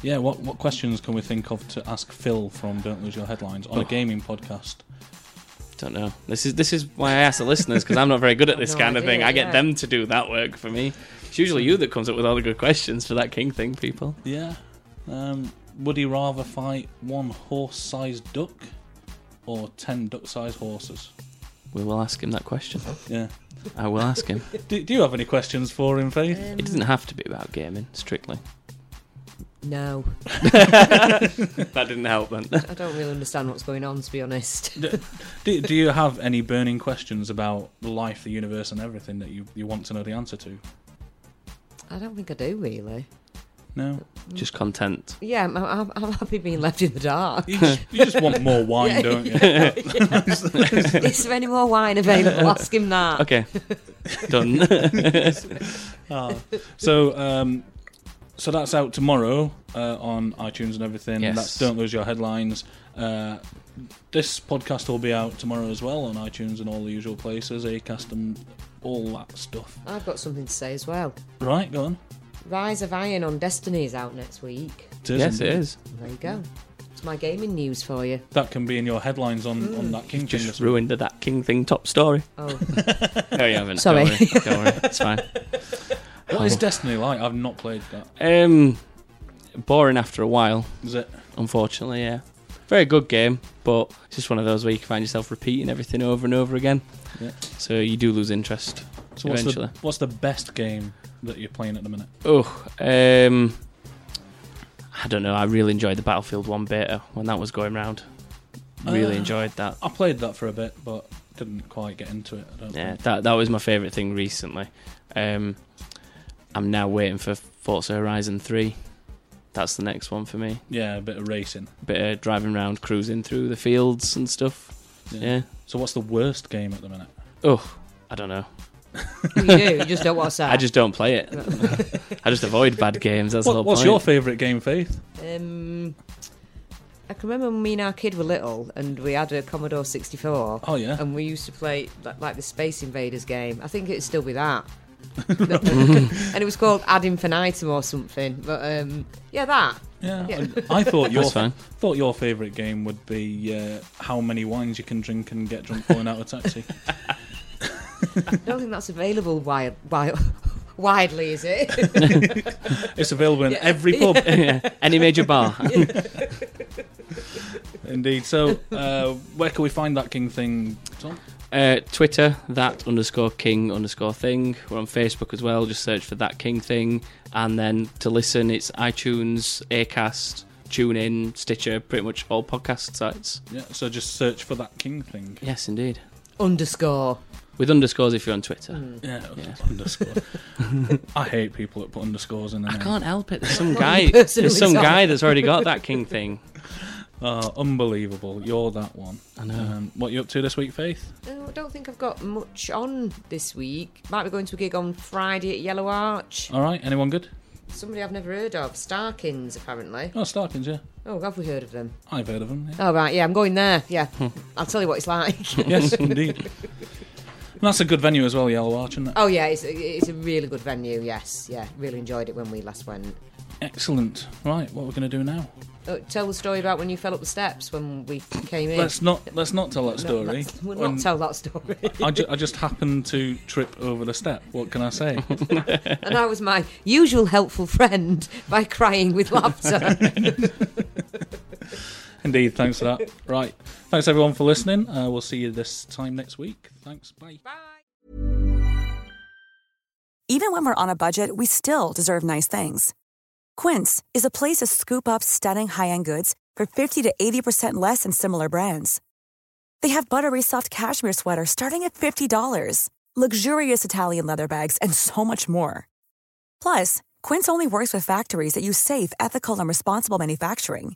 [SPEAKER 6] yeah, what what questions can we think of to ask Phil from Don't Lose Your Headlines on
[SPEAKER 8] Oh.
[SPEAKER 6] a gaming podcast?
[SPEAKER 8] Don't know. This is this is why I ask the listeners because I'm not very good at this
[SPEAKER 6] No
[SPEAKER 8] kind of
[SPEAKER 6] idea,
[SPEAKER 8] thing. I get
[SPEAKER 6] yeah.
[SPEAKER 8] them to do that work for me. It's usually you that comes up with all the good questions for that King thing, people.
[SPEAKER 6] Yeah. Um, would he rather fight one horse-sized duck or ten duck-sized horses?
[SPEAKER 8] We will ask him that question.
[SPEAKER 6] Yeah.
[SPEAKER 8] I will ask him.
[SPEAKER 6] Do, do you have any questions for him, Faith?
[SPEAKER 7] Um,
[SPEAKER 8] It doesn't have to be about gaming strictly.
[SPEAKER 7] no.
[SPEAKER 8] that didn't help then.
[SPEAKER 7] I don't really understand what's going on, to be honest.
[SPEAKER 6] Do, do you have any burning questions about life, the universe, and everything that you, you want to know the answer to?
[SPEAKER 7] I don't think I do, really.
[SPEAKER 6] No.
[SPEAKER 8] Just content.
[SPEAKER 7] Yeah, I'm, I'm, I'm happy being left in the dark.
[SPEAKER 6] You just, you just want more wine,
[SPEAKER 7] Yeah,
[SPEAKER 6] don't you?
[SPEAKER 7] yeah, yeah. Is there any more wine available? Ask him that.
[SPEAKER 8] Okay. Done.
[SPEAKER 6] Ah. So, um, so that's out tomorrow uh, on iTunes and everything.
[SPEAKER 8] Yes.
[SPEAKER 6] That's Don't Lose Your Headlines. Uh, this podcast will be out tomorrow as well on iTunes and all the usual places, Acast and all that stuff.
[SPEAKER 7] I've got something to say as well.
[SPEAKER 6] Right, go on.
[SPEAKER 7] Rise of Iron on Destiny is out next week.
[SPEAKER 6] It is Yes, it indeed. is.
[SPEAKER 7] There you go. It's my gaming news for you.
[SPEAKER 6] That can be in your headlines on, on that King thing.
[SPEAKER 8] Mm. Just ruined the that King thing top story.
[SPEAKER 7] Oh.
[SPEAKER 8] no, you haven't.
[SPEAKER 7] Sorry.
[SPEAKER 8] Don't worry. Don't worry. It's fine.
[SPEAKER 6] What is Destiny like? I've not played that.
[SPEAKER 8] Um, boring after a while.
[SPEAKER 6] Is it?
[SPEAKER 8] Unfortunately, yeah. Very good game, but it's just one of those where you find yourself repeating everything over and over again.
[SPEAKER 6] Yeah.
[SPEAKER 8] So you do lose interest
[SPEAKER 6] So what's
[SPEAKER 8] eventually.
[SPEAKER 6] the, what's the best game that you're playing at the minute?
[SPEAKER 8] Oh, um, I don't know. I really enjoyed the Battlefield One beta when that was going round. Really
[SPEAKER 6] Uh,
[SPEAKER 8] enjoyed that.
[SPEAKER 6] I played that for a bit, but didn't quite get into it. I don't
[SPEAKER 8] Yeah,
[SPEAKER 6] think.
[SPEAKER 8] that that was my favorite thing recently. Um, I'm now waiting for Forza Horizon Three. That's the next one for me.
[SPEAKER 6] Yeah, a bit of racing.
[SPEAKER 8] Bit of driving around, cruising through the fields and stuff.
[SPEAKER 6] Yeah.
[SPEAKER 8] Yeah.
[SPEAKER 6] So what's the worst game at the minute?
[SPEAKER 8] Oh, I don't know.
[SPEAKER 7] You do, you just don't want to say.
[SPEAKER 8] I just don't play it. I just avoid bad games. That's the
[SPEAKER 6] What-
[SPEAKER 8] whole
[SPEAKER 6] what's
[SPEAKER 8] point.
[SPEAKER 6] your favourite game, Faith?
[SPEAKER 7] Um, I can remember when me and our kid were little, and we had a Commodore 64.
[SPEAKER 6] Oh yeah.
[SPEAKER 7] And we used to play like, like the Space Invaders game. I think it'd still be that. and it was called Ad Infinitum or something. But um, yeah, that.
[SPEAKER 6] Yeah. I thought your
[SPEAKER 8] That's fine.
[SPEAKER 6] thought your favourite game would be uh, how many wines you can drink and get drunk pulling out of a taxi.
[SPEAKER 7] I don't think that's available wide, wide, widely, is it?
[SPEAKER 6] it's available in
[SPEAKER 7] Yeah.
[SPEAKER 6] every pub,
[SPEAKER 7] Yeah.
[SPEAKER 8] Any major bar.
[SPEAKER 6] Indeed. So uh, where can we find that King thing? Tom?
[SPEAKER 8] Uh, Twitter, that underscore king underscore thing. We're on Facebook as well. Just search for that king thing. And then to listen, it's iTunes, Acast, TuneIn, Stitcher, pretty much all podcast sites.
[SPEAKER 6] Yeah. So just search for that King thing.
[SPEAKER 8] Yes, indeed.
[SPEAKER 7] Underscore.
[SPEAKER 8] With underscores if you're on Twitter.
[SPEAKER 6] Yeah, underscore. I hate people that put underscores in their
[SPEAKER 8] I
[SPEAKER 6] name.
[SPEAKER 8] can't help it. There's some
[SPEAKER 6] Not
[SPEAKER 8] guy.
[SPEAKER 6] you personally,
[SPEAKER 8] There's some
[SPEAKER 6] sorry.
[SPEAKER 8] guy that's already got that king thing.
[SPEAKER 6] Oh, unbelievable. You're that one. I
[SPEAKER 8] know.
[SPEAKER 6] Um, what you up to this week, Faith?
[SPEAKER 7] No, I don't think I've got much on this week. Might be going to a gig on Friday at Yellow Arch.
[SPEAKER 6] All right. Anyone good?
[SPEAKER 7] Somebody I've never heard of, Starkins, apparently.
[SPEAKER 6] Oh, Starkins, yeah.
[SPEAKER 7] Oh, have we heard of them?
[SPEAKER 6] I've heard of them. Yeah.
[SPEAKER 7] Oh, right, yeah, I'm going there. Yeah, I'll tell you what it's like.
[SPEAKER 6] yes, indeed. And that's a good venue as well, Yellow Arch, isn't it?
[SPEAKER 7] Oh, yeah, it's a, it's a really good venue, yes. Yeah, really enjoyed it when we last went.
[SPEAKER 6] Excellent. Right, what we're going to do now?
[SPEAKER 7] Oh, tell the story about when you fell up the steps when we came in.
[SPEAKER 6] Let's not let's not tell that
[SPEAKER 7] No,
[SPEAKER 6] story.
[SPEAKER 7] let's- we'll not
[SPEAKER 6] When-
[SPEAKER 7] tell that story.
[SPEAKER 6] I, ju- I just happened to trip over the step. What can I say?
[SPEAKER 7] and I was my usual helpful friend by crying with laughter.
[SPEAKER 6] Indeed, thanks for that. Right, thanks everyone for listening. Uh, we'll see you this time next week. Thanks. Bye.
[SPEAKER 13] Even when we're on a budget, we still deserve nice things. Quince is a place to scoop up stunning high end goods for 50 to 80% less than similar brands. They have buttery soft cashmere sweaters starting at $50, luxurious Italian leather bags, and so much more. Plus, Quince only works with factories that use safe, ethical, and responsible manufacturing.